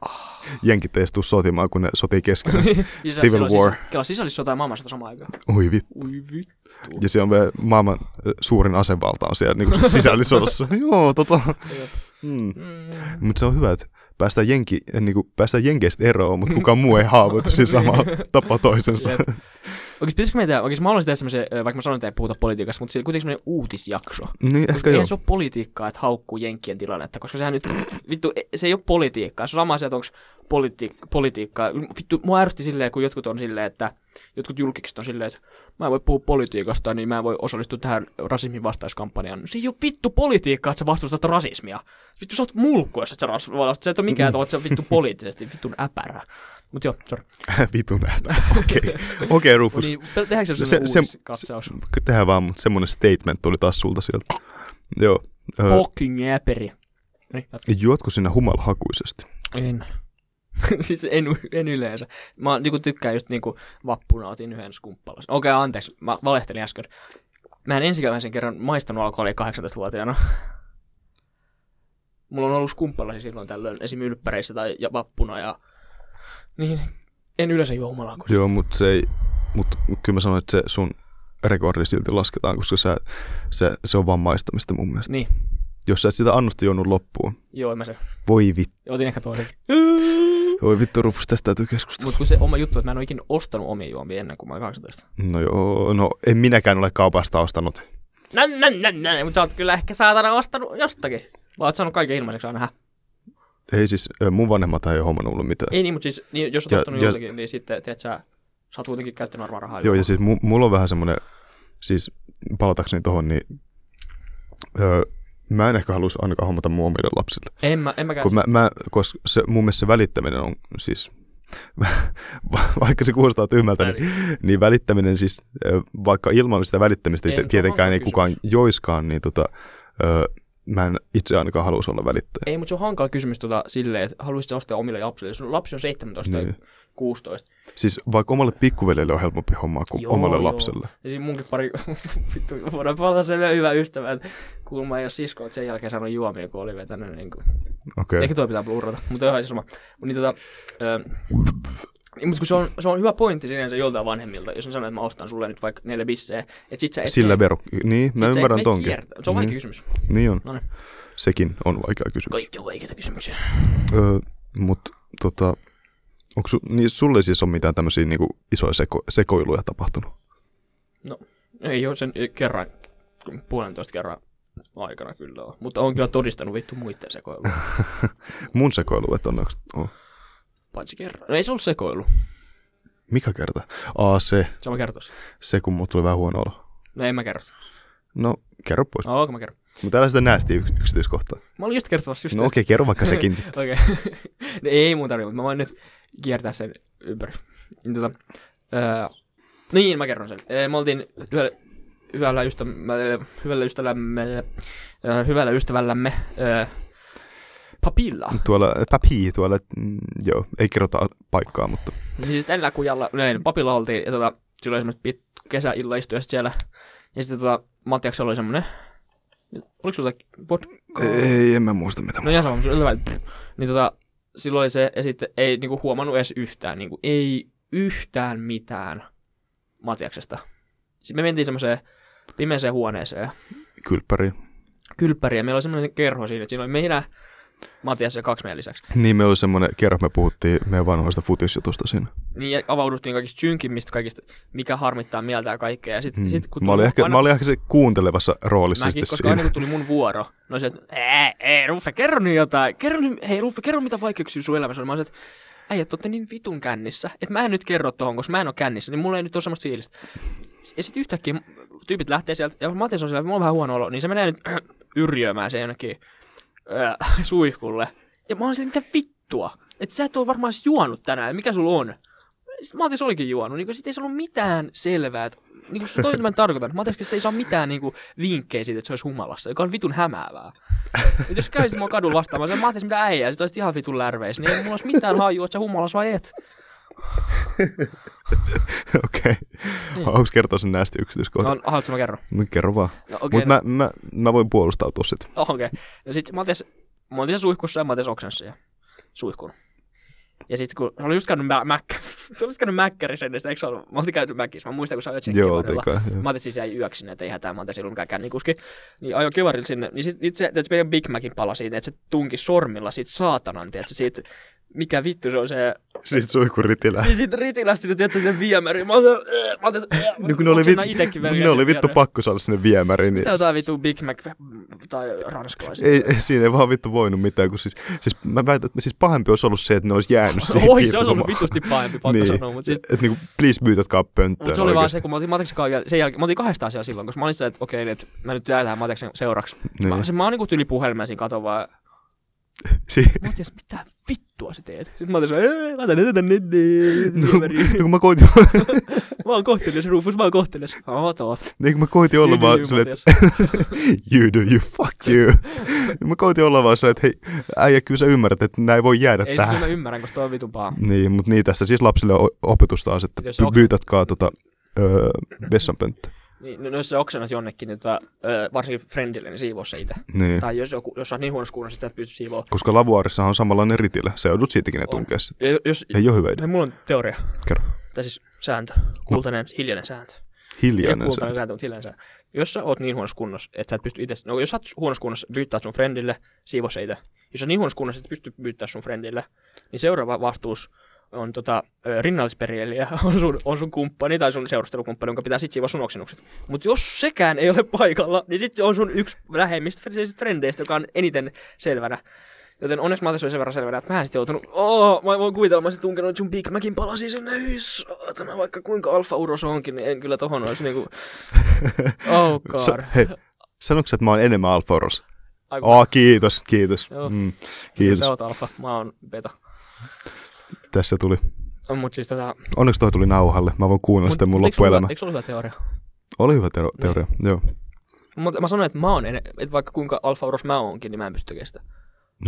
Ah.
jenkit ei tuu sotimaan, kun ne sotii keskenään.
Isä,
Civil
siellä on
War.
Sisä, kela sisällissota ja maailmansota samaan aikaan.
Oi vittu.
Ui vittu.
Ja se on vielä maailman ö, suurin asevalta on siellä niin sisällissodassa. Joo, tota.
Jep.
Mm.
Mm.
Mutta se on hyvä, että päästään, jenki, niin kuin, päästään jenkeistä eroon, mutta kukaan muu ei haavoitu siinä samalla tapa toisensa.
Jep. Oikeesti pitäisikö meitä, oikeesti mä haluaisin tehdä semmoisen, vaikka mä sanoin, että ei puhuta politiikasta, mutta siellä kuitenkin semmoinen uutisjakso.
Niin,
Koska
ehkä joo.
eihän se ole politiikkaa, että haukkuu jenkkien tilannetta, koska sehän nyt, vittu, e- se ei ole politiikkaa. Se on sama asia, että onko politiik- politiikkaa. Vittu, mua ärsytti silleen, kun jotkut on silleen, että jotkut julkikset on silleen, että mä en voi puhua politiikasta, niin mä en voi osallistua tähän rasismin vastaiskampanjaan. No Se ei ole vittu politiikkaa, että sä vastustat rasismia. Vittu, sä oot mulkku, jos et sä ras- vastustat. Sä et ole
Mm-hmm.
mikään, että oot sä vittu poliittisesti, vittun äpärä. Mut joo, sorry.
Vitun äpä. Okei, okay. okay, Rufus.
Niin, pe- tehdäänkö
Se-
se, se,
se-
uudiskatsaus?
Tehdään vaan, mutta semmoinen statement tuli taas sulta sieltä. Joo. Ö,
Fucking äperi. Niin, jatka.
Juotko sinä humalhakuisesti?
En. siis en, en yleensä. Mä niinku tykkään just niinku vappuna otin yhden skumppalas. Okei, okay, anteeksi, mä valehtelin äsken. Mä en ensimmäisen kerran maistanut alkoholia 18-vuotiaana. mulla on ollut kumppalasi silloin tällöin, esim. ylppäreissä tai ja vappuna ja niin en yleensä juo humalakoista.
Joo, mutta se ei, mut kyllä mä sanoin, että se sun rekordi silti lasketaan, koska sä, se, se on vaan maistamista mun mielestä.
Niin,
Jos sä et sitä annosta juonut loppuun,
joo, en mä se.
voi vittu,
Otin ehkä toisen.
voi vittu rupus, tästä täytyy keskustella.
Mutta kun se oma juttu, että mä en ole ikinä ostanut omia juomia ennen kuin mä olin 18.
No joo, no en minäkään ole kaupasta ostanut.
Nän, nän, nän, nän. Mutta sä oot kyllä ehkä saatana ostanut jostakin. Mä oot saanut kaiken ilmaiseksi aina. Häh?
Ei siis, ö, mun vanhemmat ei ole hommannut mulle mitään.
Ei niin, mutta siis niin, jos oot
Ja-
ostanut
ja-
joltakin, niin sitten, tiedät sä, sä oot kuitenkin käyttänyt arvaa rahaa.
Joo, ja siis mu- mulla on vähän semmoinen, siis palatakseni tohon, niin öö, mä en ehkä haluaisi ainakaan hommata mun omille lapsille.
En mä, en mäkään.
Kun mä, mä, koska se, mun mielestä se välittäminen on siis, va- vaikka se kuulostaa
siis-
tyhmältä, niin, niin välittäminen siis, ö, vaikka ilman sitä välittämistä
En,
ei, tietenkään ei
kysymys.
kukaan joiskaan, niin tota, öö, mä en itse ainakaan haluaisi olla välittäjä.
Ei, mutta se on hankala kysymys tota, silleen, että haluaisit sä ostaa omille lapsille. Jos sun lapsi on 17 tai
Niin.
16.
Siis vaikka omalle pikkuveljelle on helpompi hommaa kuin
Joo,
omalle
joo.
lapselle.
Ja siis munkin pari, vittu, voidaan palata sen hyvä ystävä, että kuulemma jos sisko, että sen jälkeen saanut juomia, kun oli vetänyt niin kuin.
Okei.
Ehkä toi pitää blurrata, mutta ihan sama. Mut Niin, tota, ö, niin, mutta kun se on, se on hyvä pointti sinänsä joltain vanhemmilta, jos ne sanoo, että mä ostan sulle nyt vaikka neljä bissejä, että sit sä et
Sillä veru... Niin, mä
sit sä et
ymmärrän
mene
tonkin.
kiertä- Se on vaikea
Niin.
kysymys.
Niin on.
No niin.
Sekin on vaikea kysymys.
Kaikki on vaikeita kysymyksiä.
Öö, Mutta tota, onko su, niin sulle siis on mitään tämmöisiä niinku, isoja seko, sekoiluja tapahtunut?
Ei ole sen kerran, puolentoista kerran aikana kyllä on. Mutta on kyllä todistanut vittu muiden sekoilua.
Mun sekoilu, että onneksi on.
Paitsi kerran. No ei se ollut sekoilu.
Mikä kerta? Aa, se.
Sama kertos.
Se, kun mulla tuli vähän huono olo.
No en mä kerro. sitä.
No, kerro pois.
No, okay, mä kerron.
Mutta älä sitä näästi yks- yksityiskohtaa.
Mä olin just kertomassa just
No okei, okay, kerro vaikka sekin. sit.
Okei. No ei mun tarvitse, mutta mä voin nyt kiertää sen ympäri. Niin Tota, öö, niin, mä kerron sen. Öö, Me oltiin yhdellä, hyvällä, ystävällä, hyvällä ystävällämme, öö, hyvällä ystävällämme öö, papilla.
Tuolla, päpii tuolla, mm, joo, ei kerrota paikkaa, mutta
Niin siis tällä kujalla, näin, papilla oltiin, ja tota, silloin semmoiset pit, kesäilla istuja sit siellä. Ja sitten tota, Mattiaksella oli semmonen, oliko sulla vodkaa?
ei, en mä muista mitä.
No ihan sama, mutta se oli hyvä. Niin tota, silloin oli se, ja sitten ei niinku huomannut edes yhtään, niinku, ei yhtään mitään Matiaksesta. Sitten me mentiin semmoiseen pimeäseen huoneeseen,
Kylppäri.
kylppäriin, ja meillä oli semmoinen kerho siinä, että siinä oli meidän Matias ja kaksi meidän lisäksi.
Niin, me oli semmoinen kerro, me puhuttiin meidän vanhoista futisjutusta siinä.
Niin ja avauduttiin kaikista synkimmistä, kaikista, mikä harmittaa mieltä ja kaikkea. Ja sit,
Mm.
sit, kun
mä, olin
tuli-
ehkä,
aina-
mä olin ehkä se kuuntelevassa roolissa
Mäkin,
sitten
koska
siinä.
aina kun tuli mun vuoro, no se, että "Ää, ei, Ruffe, kerro nyt jotain. Kerro nyt, hei Ruffe, kerro mitä vaikeuksia sun elämässä on. Mä olisin, että äijät, te ootte niin vitun kännissä, että mä en nyt kerro tohon, koska mä en oo kännissä, niin mulla ei nyt ole semmoista fiilistä. Ja sitten yhtäkkiä tyypit lähtee sieltä, ja Matias on siellä, mulla on vähän huono olo, niin se menee nyt yrjöämään se jonnekin ää, suihkulle. Ja mä oon siellä, mitä vittua? Että sä et oo varmaan edes juonut tänään, mikä sulla on? Sitten Matias olikin juonut, niin sitten ei se ollut mitään selvää, että niin kuin toi mä tarkoitan. Mä ajattelin, että ei saa mitään niin kuin, vinkkejä siitä, että se olisi humalassa, joka on vitun hämäävää. Et jos käisit mua kadulla vastaamaan, mä ajattelin, mitä äijää, sit olisit ihan vitun lärveissä, niin ei mulla olisi mitään hajua, että sä humalassa vai et.
Okei.
Niin.
Onko kertoa sen näistä yksityiskohdista?
No, haluatko mä kerron?
No, kerro vaan.
No
Okay,
okei,
Mutta
okay,
mä, mä, mä, voin puolustautua sit.
no, okei. No sit mä oltiin, mä oltiin siellä suihkussa ja mä oltiin oksenssa ja suihkun. Ja sitten kun se oli just käynyt mä, mäkkä, se oli just käynyt mäkkärissä ennen sitä, eikö se ollut? Mä oltiin käynyt mäkissä, mä muistan kun sä olet sen
Joo,
kivarilla.
oltiinkaan. joo.
Mä otin siis jäi yöksi sinne, ettei hätää, mä otin silloin mikään kännikuski. Niin ajoin kevarilla sinne, niin sit itse, että se meidän Big Macin pala siitä, että se tunki sormilla siitä saatanan, tiedätkö, siitä, mikä vittu se on se,
Siitä suihkuritilää.
niin siitä ritilästi sinne, tiedätkö, sinne viemäri. Mä otin, äh, mä otin, äh,
No, kun ne oli,
oksennan
vit...
itekin
ne oli
vielä sinne
vittu
viereen.
pakko saada sinne viemäriin. Niin...
Mitä jotain vittu Big Mac tai ranskalaisia?
Ei, ei, siinä ei vaan vittu voinut mitään, kun siis, siis mä väitän, että siis pahempi olisi ollut se, että ne olisi jäänyt siihen
Oi, se olisi ollut
kiipeämään.
vitusti pahempi, pakko
Niin.
sanoa, mutta siis
Että niinku, please myytätkää pönttöön
Mutta se oli vaan
oikeesti.
se, kun mä otin Mateksen kanssa jäl- sen jälkeen, mä otin kahdesta asiaa silloin, koska mä olin sitä, että okei, että mä nyt jää tähän Mateksen seuraksi. Niin. Mä,
Niin.
se, mä oon niinku tyli puhelimeen siinä katon vaan,
Si-
Matias, mitä vittua sä teet? Sitten Matias sanoi, "Ee, laita ne tätä nenne. niin,
No, kun mä koitin,
Mä oon kohtelias, Rufus, mä oon niin, kohtelias. Oot, oot.
niin kun mä koitin olla vaan silleen,
Matias.
you do you, fuck you. mä koitin olla vaan silleen, että hei, äijä, kyllä sä ymmärrät, että näin voi jäädä
Ei siis
tähän.
kyllä mä ymmärrän, koska toi on vitun paha.
Niin, mutta niin tästä siis lapsille on o- opetus taas, että
Jos se
py-
oksa-
pyytätkaa tota, öö, vessanpönttä.
Niin, no, jos sä oksennat jonnekin, niin tota, ö, varsinkin friendille, niin siivoo se itse.
Niin.
Tai jos, joku, jos sä oot niin huonossa kunnossa, että sä et pysty siivoamaan.
Koska lavuaarissa on samanlainen ritillä. Se joudut siitäkin ne
On.
tunkea sitten.
Ja Jos,
Ei ole hyvä idea.
Hei, mulla on teoria.
Kerro.
Tai siis sääntö. Kultainen, hiljainen sääntö. Ei
Hiljainen se.
kultainen sääntö, mutta hiljainen sääntö. Jos sä oot niin huonossa kunnossa, että sä et pysty itse... No, jos sä oot huonossa kunnossa, pyyttää sun friendille, siivoo se itse. Jos sä oot niin huonossa kunnossa, että pystyt pyyttää sun friendille, niin seuraava vastuus on tota, ö, rinnallisperielijä, on sun, on sun kumppani tai sun seurustelukumppani, jonka pitää sit siivoa sun oksennukset. Mutta jos sekään ei ole paikalla, niin sitten on sun yksi läheimmistä fri- frendeistä, joka on eniten selvänä. Joten onneksi mä otin sen sen verran selvänä, että mä en sit joutunut, oo, mä voin kuvitella, mä olisin tunkenut sun Big Macin palasi sinne, hyi saatana, vaikka kuinka alfa uro se onkin, niin en kyllä tohon olisi niinku, oh god.
Sa- hei, sanoitko sä, että mä oon enemmän alforos?
Ai, kun
Aa, kiitos, kiitos.
Joo.
Mm, kiitos.
Sä oot alfa, mä oon beta.
Tässä tuli.
Mut siis tota,
Onneksi toi tuli nauhalle. Mä voin kuunnella sitä mun
eikö sulla-
loppuelämä.
Eikö sulla hyvä teoria?
Oli hyvä
Niin.
tero- teoria. Joo.
Mutta mä sanoin, että mä oon, ene- että vaikka kuinka alfa uros mä oonkin, niin mä en pysty kestämään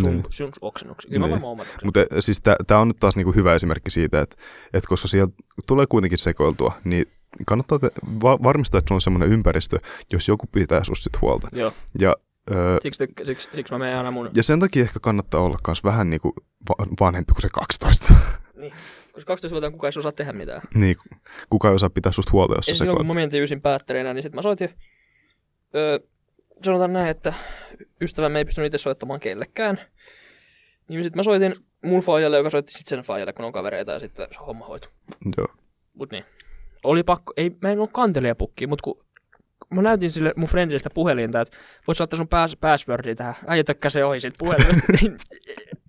sun,
Niin.
sun oksennuksia. Kyllä mä
Niin.
varmaan omat oksennukset.
Mutta siis tämä on nyt taas niinku hyvä esimerkki siitä, että et koska siellä tulee kuitenkin sekoiltua, niin kannattaa te- va- varmistaa, että sulla on semmoinen ympäristö, jos joku pitää susta sit huolta.
Joo,
Ja, öö,
siksi, tykk- siksi, siksi mä menen aina mun,
ja sen takia ehkä kannattaa olla myös vähän niinku va- vanhempi kuin se 12.
koska 12-vuotiaan kukaan ei osaa tehdä mitään.
niin, kuka ei osaa pitää susta huolta, jos
Ja
sä
silloin kun
sekoilet.
mä menin ysin päättelijänä, niin sitten mä soitin. Öö, sanotaan näin, että ystävämme ei pystynyt itse soittamaan kellekään. Niin sitten mä soitin mun faijalle, joka soitti sitten sen faijalle, kun on kavereita ja sitten se homma hoitu.
Joo.
Mut niin. Oli pakko, ei, mä en ole kantelejapukki, mut kun mä näytin sille mun friendille sitä puhelinta, että voit saattaa sun pääs, passwordi tähän, äijä tökkäsee ohi siitä puhelimesta.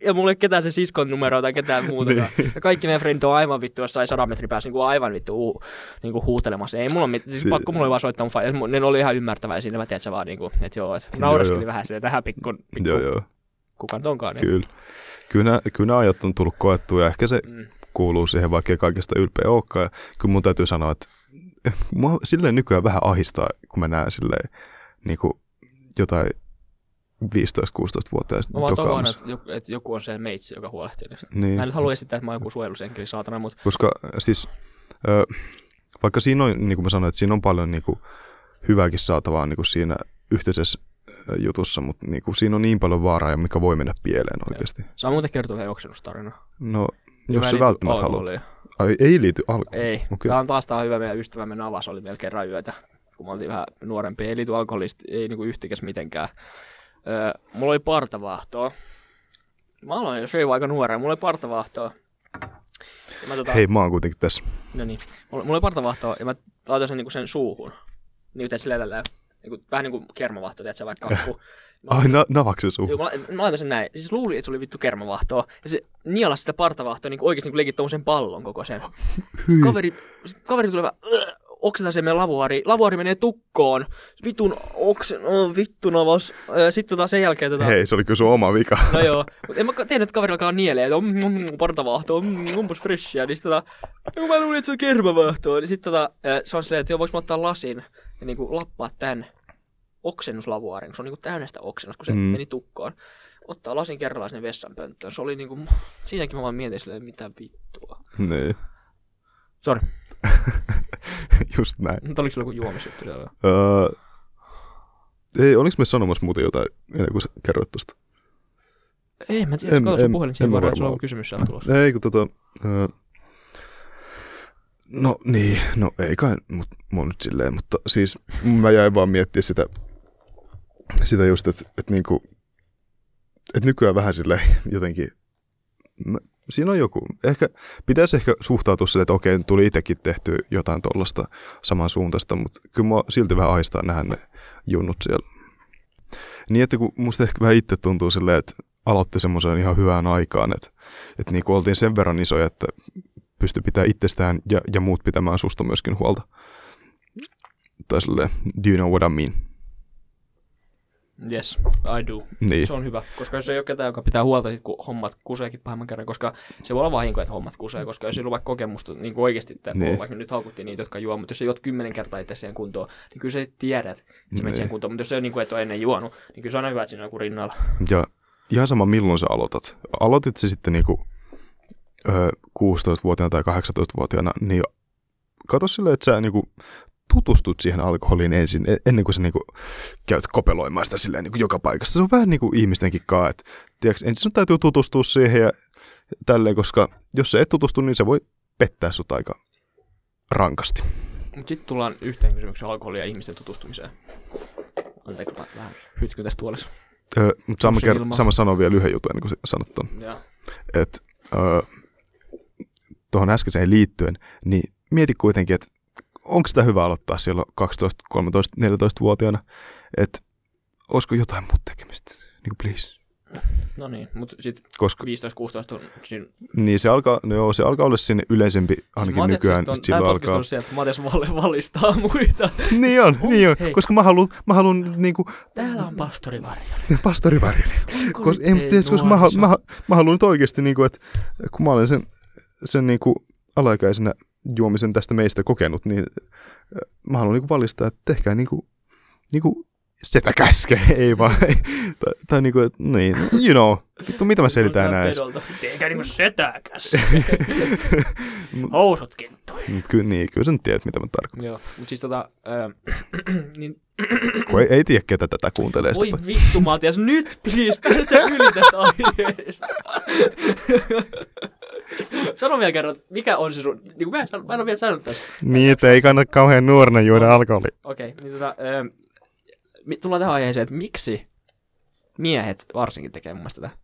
ja mulla ei ole ketään se siskon numeroa tai ketään muuta.
Niin.
ja kaikki meidän friendit on aivan vittu jossain sadan metrin päässä niin kuin aivan vittu uu, niin kuin huutelemassa. Ei mulla ole mitään, siis
Si-
pakko mulla oli vaan soittaa mun faija. Ne oli ihan ymmärtävää siinä, mä tiedän sä vaan niin kuin, että joo, että naureskeli vähän silleen tähän pikku, pikku
Joo, joo,
kukaan tonkaan. Niin.
kyllä. Kyllä nää, kyllä nää ajat on tullut koettua ja ehkä se
Mm.
kuuluu siihen, vaikka ei kaikesta ylpeä olekaan. Ja Kyllä mun täytyy sanoa, että mua silleen nykyään vähän ahistaa, kun mä näen silleen niin kuin jotain 15-16-vuotiaista
Mä vaan toivon,
dokaamassa.
että joku, että joku on se meitsi, joka huolehtii niistä.
Niin,
Mä en nyt halua esittää, että mä oon joku suojelusenkeli saatana, mutta
koska siis ö, vaikka siinä on, niin kuin mä sanoin, että siinä on paljon niin kuin, hyvääkin saatavaa niin kuin siinä yhteisessä ö, jutussa, mutta niin kuin, siinä on niin paljon vaaraa, ja mikä voi mennä pieleen oikeasti.
Saa muuten kertoa yhden oksennustarinan.
No,
joka
jos sä
liittyy
välttämättä haluat.
alkoholiin.
Ai, ei liity alkoon.
Ei.
Okei.
Okay. Tämä on taas tämä hyvä meidän ystävämme Navas, oli meillä kerran yötä, kun me oltiin vähän nuorempi. Ei liity alkoholista, ei niinku yhtikäs mitenkään. Öö, mulla oli partavahtoa. Mä aloin jo söivä aika nuorena, mulla oli partavahtoa. Ja mä, tota,
Hei, mä oon kuitenkin tässä.
No niin. Mulla, mulla oli partavahtoa ja mä laitoin sen, niinku sen suuhun. Niin kuin silleen tällä niinku, vähän niin kuin kermavahto, tiedätkö vaikka kakku.
Ai, na- navaksen suuhun.
Joo, mä, la- mä laitoin sen näin. Siis luulin, että se oli vittu kermavahtoa. Ja se nielasi sitä partavahtoa niin oikeasti niin leikit tommosen pallon koko sen. Sitten kaveri, sit kaveri tulee vähän, "Ugh", oksentaa se meidän lavuari. Lavuari menee tukkoon. Vitun oksen, oh, vittu navas. Ö, Sitten tota sen jälkeen tota...
Hei, se oli kyllä sun oma vika.
No joo, mutta en mä tiedä, että kaverillakaan nielee, että on mm, mm, partavahto, mm, onpas freshia, niin sit tota, ja kun mä luulin, että se on kermavahtoa, niin sit tota, ö, se on silleen, että joo, voiko mä ottaa lasin ja niinku lappaa tän oksennuslavuaaren, kun se on niinku täynnä sitä oksennusta, kun se
Mm.
mm. meni tukkoon. Ottaa lasin kerrallaan sinne vessanpönttöön, se oli niinku, siinäkin mä vaan mietin silleen, mitä vittua.
niin,
Sori,
just näin.
mutta oliko sulla joku juomisjuttu siellä?
Öö, ei, oliks me sanomassa muuten jotain ennen kuin sä kerroit tosta?
Ei, mä tiedä,
En-
kato
en-
sun puhelin
en
siihen
mä
varmaan, että
varmaan
sulla on kysymys siellä tulossa.
Ei, kun tota... Öö, no niin, no ei kai, mut, mä oon nyt silleen, mutta siis mä jäin vaan miettiä sitä, sitä just, että et niinku, et nykyään vähän silleen jotenkin, mä, siinä on joku, ehkä, pitäisi ehkä suhtautua silleen, että okei, tuli itsekin tehty jotain tuollaista samansuuntaista, mutta kyllä mä silti vähän aistaa nähdä ne junnut siellä. Niin, että kun musta ehkä vähän itse tuntuu silleen, että aloitti semmoisen ihan hyvään aikaan, että että niin oltiin sen verran isoja, että pystyi pitämään itsestään ja, ja muut pitämään susta myöskin huolta. Tai silleen, do you know what I mean?
Yes, I do.
Niin,
Se on hyvä, koska jos ei ole ketään, joka pitää huolta, sit, kun hommat kuseekin pahemman kerran, koska se voi olla vahinko, että hommat kusee, koska jos ei ole vaikka kokemusta, niin kuin oikeasti, että
Niin.
niin. vaikka me nyt haukuttiin niitä, jotka juo, mutta jos sä juot kymmenen kertaa itse siihen kuntoon, niin kyllä sä tiedät, että sä
Niin.
menet siihen kuntoon, mutta jos sä niin kuin, et ole ennen juonut, niin kyllä se on aina hyvä, että siinä on joku rinnalla.
ja ihan sama milloin sä aloitat. Aloitit se sitten niinku ö, 16-vuotiaana tai 18-vuotiaana, niin kato silleen, että sä niinku tutustut siihen alkoholiin ensin, e- ennen kuin sä niinku käyt kopeloimaan sitä silleen niinku joka paikassa. Se on vähän niin kuin ihmistenkin kanssa, että tiiäks, ensin sun täytyy tutustua siihen ja tälleen, koska jos sä et tutustu, niin se voi pettää sut aika rankasti.
Mutta sitten tullaan yhteen kysymykseen alkoholia ja ihmisten tutustumiseen. Anteeksi, mä vähän hytkyn tässä tuolissa.
Öö, mutta sama,
Pussin
kert-
ilma.
sama sanon vielä yhden jutun, ennen kuin sä sanot ton.
Joo.
että öö, tuohon äskeiseen liittyen, niin mieti kuitenkin, että onko sitä hyvä aloittaa silloin 12, 13, 14-vuotiaana, että olisiko jotain muuta tekemistä, niin kuin please.
No niin, mutta sitten
Koska
15-16 on siinä.
niin se alkaa, no joo, se alkaa olla sinne yleisempi ainakin
Matias
nykyään.
siis on-
että silloin
Tämä podcast
alkaa...
on sieltä, että Matias val- valistaa muita.
Niin on,
Oh,
niin on,
hei.
koska mä haluan, mä haluan niinku
Täällä on pastorivarja.
pastorivarjelin. Koska, ei, mutta tiedätkö, koska mä, hal- mä, hal- mä haluan nyt oikeasti, niin kuin, että kun mä olen sen, sen niin kuin alaikäisenä juomisen tästä meistä kokenut, niin äh, mä haluan niin kuin valistaa, että tehkää niin kuin, niin kuin sepä käske, ei vaan. ei. tai, tai niin kuin, että niin, you know, vittu, mitä mä selitän näin.
Eikä niinku setääkäs. Housut kinttui.
Mut Kyllä, niin, kyllä sä nyt tiedät, mitä mä tarkoitan.
Joo, mutta siis tota, ää, niin,
Kun ei, ei tiedä, ketä tätä kuuntelee.
voi
Sitä.
vittu Matias, nyt please, päästä yli tästä aiheesta. Sano vielä kerran, että mikä on se sun, niinku mä en, sano- mä en ole vielä sanonut tässä.
Niin, että ei kannata kauhean nuorena juoda alkoholia.
Okei, niin tota, ää, mi- tullaan tähän aiheeseen, että miksi miehet varsinkin tekee mun mielestä tätä.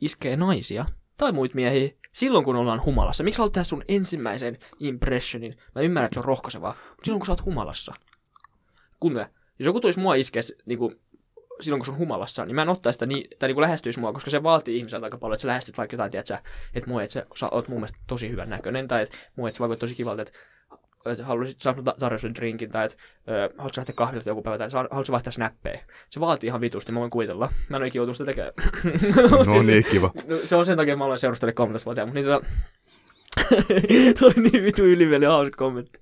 Iskee naisia tai muut miehiä silloin, kun ollaan humalassa. Miksi haluat tehdä sun ensimmäisen impressionin? Mä ymmärrän, että se on rohkaisevaa, mutta silloin, kun sä oot humalassa. Kuuntele, jos joku tulisi mua iskeä niin kuin, silloin, kun se on humalassa, niin mä en ottaisi sitä, niin, tai niin kuin lähestyisi mua, koska se vaatii ihmiseltä aika paljon, että sä lähestyt vaikka jotain, tiedät sä, että moi, että sä, sä oot mun mielestä tosi hyvän näköinen, tai että moi, että sä vaikutat tosi kivalta, että että haluaisit saada tarjosin drinkin, tai että ö, haluatko lähteä kahvilta joku päivä, tai saa- haluatko vaihtaa snappeja. Se vaatii ihan vitusti, mä voin kuvitella. Mä en ole ikinä joutunut sitä tekemään.
No niin, kiva.
No, se on sen takia, mä olen seurustellut 13-vuotiaan, mutta niin tota... Tuo oli niin vitu ylimielinen hauska kommentti.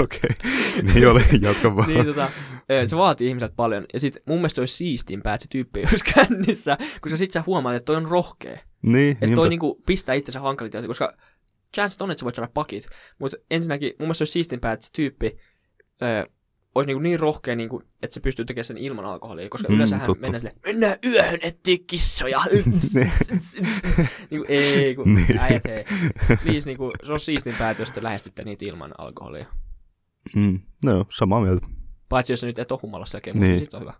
Okei, niin oli, jatka vaan.
Niin tota, ö, se vaatii ihmiset paljon. Ja sit mun mielestä olisi siistimpää, että se tyyppi olisi kännissä, koska sit sä huomaat, että toi on rohkea.
Niin,
Että
niinpä.
toi niinku pistää itsensä hankaliin tilanteisiin, koska chanssit on, että sä voit saada pakit. Mutta ensinnäkin mun mielestä olisi siistimpää, että se tyyppi öö, olisi niinku niin rohkea, niinku, että se pystyy tekemään sen ilman alkoholia. Koska
Mm,
mm, yleensähän
totta.
mennään sille, mennään yöhön etsiä kissoja. niinku, ei, kun
Niin.
äijät hei. Please, niinku, se on siistimpää, että jos te lähestytte niitä ilman alkoholia. niinku-
Mm, no, samaa mieltä.
Paitsi jos sä nyt et ole humalassa ja
Niin.
niin. sit on hyvä.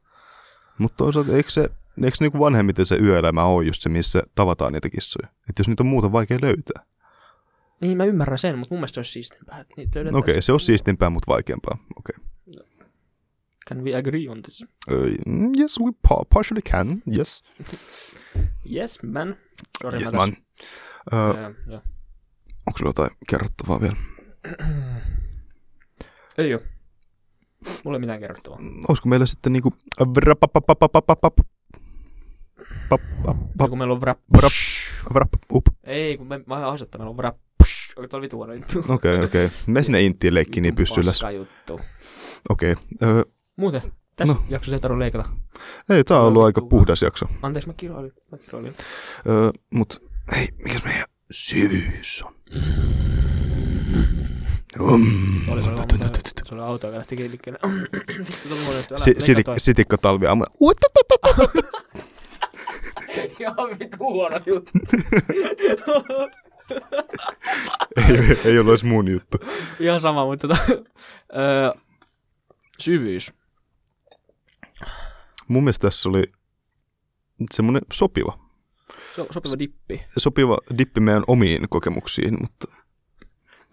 Mutta toisaalta eikö se, eikö se niinku vanhemmiten se yöelämä ole just se, missä tavataan niitä kissoja? Että jos niitä on muuta vaikea löytää.
Niin mä ymmärrän sen, mutta mun mielestä se olisi Niin, siistimpää. että Niitä
No Okei, okay, se on siistimpää, mutta vaikeampaa. Okei.
Can we agree on this?
Okay. Yes, we pa- partially can. Yes.
Yes, man. Sorry,
yes,
mä
man. Öö,
Tässä, öö, joo.
onko sulla jotain kerrottavaa vielä?
Ei oo. Mulla ei mitään kerrottavaa.
Olisiko meillä sitten niinku... vrapapapapapapap- pap- pap-
Pap. Kun meillä on vrap.
vrap- vrap- up.
Ei, kun me, mä oon asettaa, meillä on vrap. Oli tuolla vitu huono juttu.
Okei, okei. Me sinne inttiin leikkiin niin
Vitun
pyssyllä.
paska juttu.
Okei. Öö,
Muuten, tässä
No.
no. jaksossa ei tarvitse leikata.
Ei, tää on ollut aika
Vitun vaan.
puhdas jakso.
Anteeksi, mä kiroilin. Mä kiroilin.
Öö, mut hei, mikäs meidän syvyys on? Mm-hmm. Mm.
Se oli se, auto, se oli auto, joka lähti liikkeelle. Vittu, tuli huono juttu. Älä
Si-
leikkaa toi.
sitik- sitikka talvi aamu.
Ihan vitu huono juttu. Ah.
ei, ei ollut edes mun juttu.
Ihan sama, mutta tota... öö, syvyys.
Mun mielestä tässä oli semmoinen sopiva.
Se on sopiva dippi.
Sopiva dippi meidän omiin kokemuksiin, mutta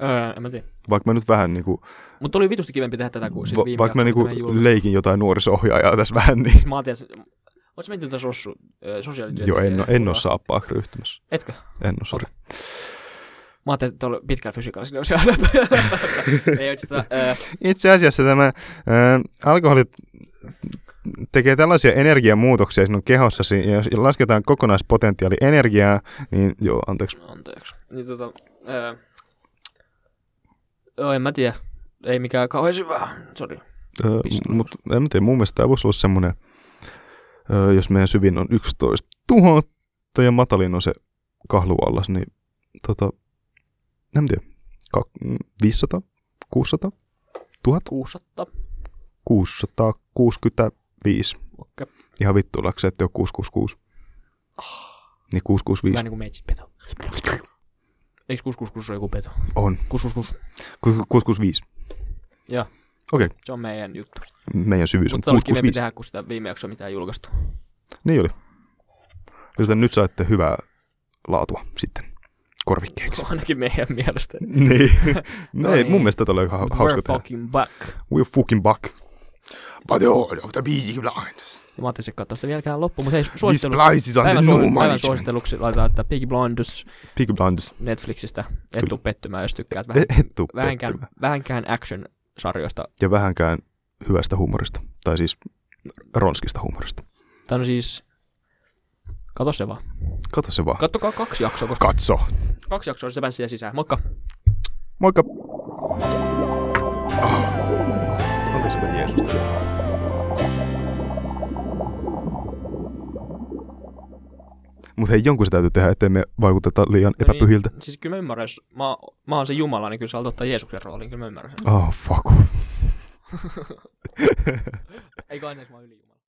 Öö, en mä tiedä.
vaikka mä nyt vähän niinku,
Mutta oli vitusti kivempi tehdä tätä kuin
va-
sitten viime
vaikka mä
jaksossa,
niinku
kun me
leikin jotain nuoriso-ohjaajaa tässä vähän, niin
Siis mä ajattelin, että- Oletko sä miettinyt tässä Ossu tuota ö, sosiaalityötä?
joo, en, oo- en oo saappaa ryhtymässä.
Etkö?
En oo, sori.
Mä ajattelin, että tuolla pitkällä fysikaalisella se aina. Ei oikeastaan. ö,
Itse asiassa tämä ää, alkoholi tekee tällaisia energiamuutoksia sinun kehossasi, ja jos lasketaan kokonaispotentiaali energiaa, niin joo, anteeksi.
Anteeksi. Niin tota... ö, Joo, en mä tiedä. Ei mikään kauhean syvää. Sori.
Öö,
Pistola.
Mutta en mä tiedä, mun mielestä tämä voisi olla semmoinen, öö, jos meidän syvin on 11 000 ja matalin on se kahluallas, niin tota, en mä tiedä, kak- 500, 600, 1665.
Okei. Okay.
Ihan vittuillaksi, se, että on 666. Niin 665
Vähän Ah. niin kuin meitsipeto. Eikö 666 ole joku peto?
on.
666.
Ku- 665.
Joo.
Okei.
Se on meidän juttu.
Meidän syvyys on
Mutta tämä on kivempi
665.
tehdä, kun sitä viime jaksoa mitään julkaistu.
Niin oli. Joten nyt saitte hyvää laatua sitten korvikkeeksi.
Ainakin meidän mielestä.
niin. no
No
ei,
niin.
mun mielestä tätä oli ihan
But
hauska
We're
tehdä.
fucking back.
We're fucking back. But the order of the being blind.
Ja Mä ajattelin katsoa sitä vieläkään loppuun, mutta hei,
These
suosittelu.
plies is under
Päivän,
no
suos- päivän
management.
suositteluksi laitetaan, että Peaky Blinders
Peaky Blinders.
Netflixistä. Et
Kyllä.
tuu pettymään, jos tykkäät vähän,
Et, et tuu
vähänkään,
pettymään.
vähänkään action-sarjoista.
Ja vähänkään hyvästä huumorista. Tai siis ronskista huumorista.
Tämä on siis... Kato se vaan.
Kato se vaan.
Kattokaa kaksi jaksoa, koska
Katso.
kaksi jaksoa on se pääsee sisään. Moikka!
Moikka. Ah. Anteeksi, mä Jeesusta. Mutta hei, jonkun se täytyy tehdä, ettei me vaikuteta liian
niin.
epäpyhiltä.
Siis kyllä mä ymmärrän, jos mä, mä oon se Jumala, niin kyllä sä haluat ottaa Jeesuksen roolin, kyllä mä ymmärrän.
Ah, fuck Ah, off.
Ei kai mä oon yli Jumala.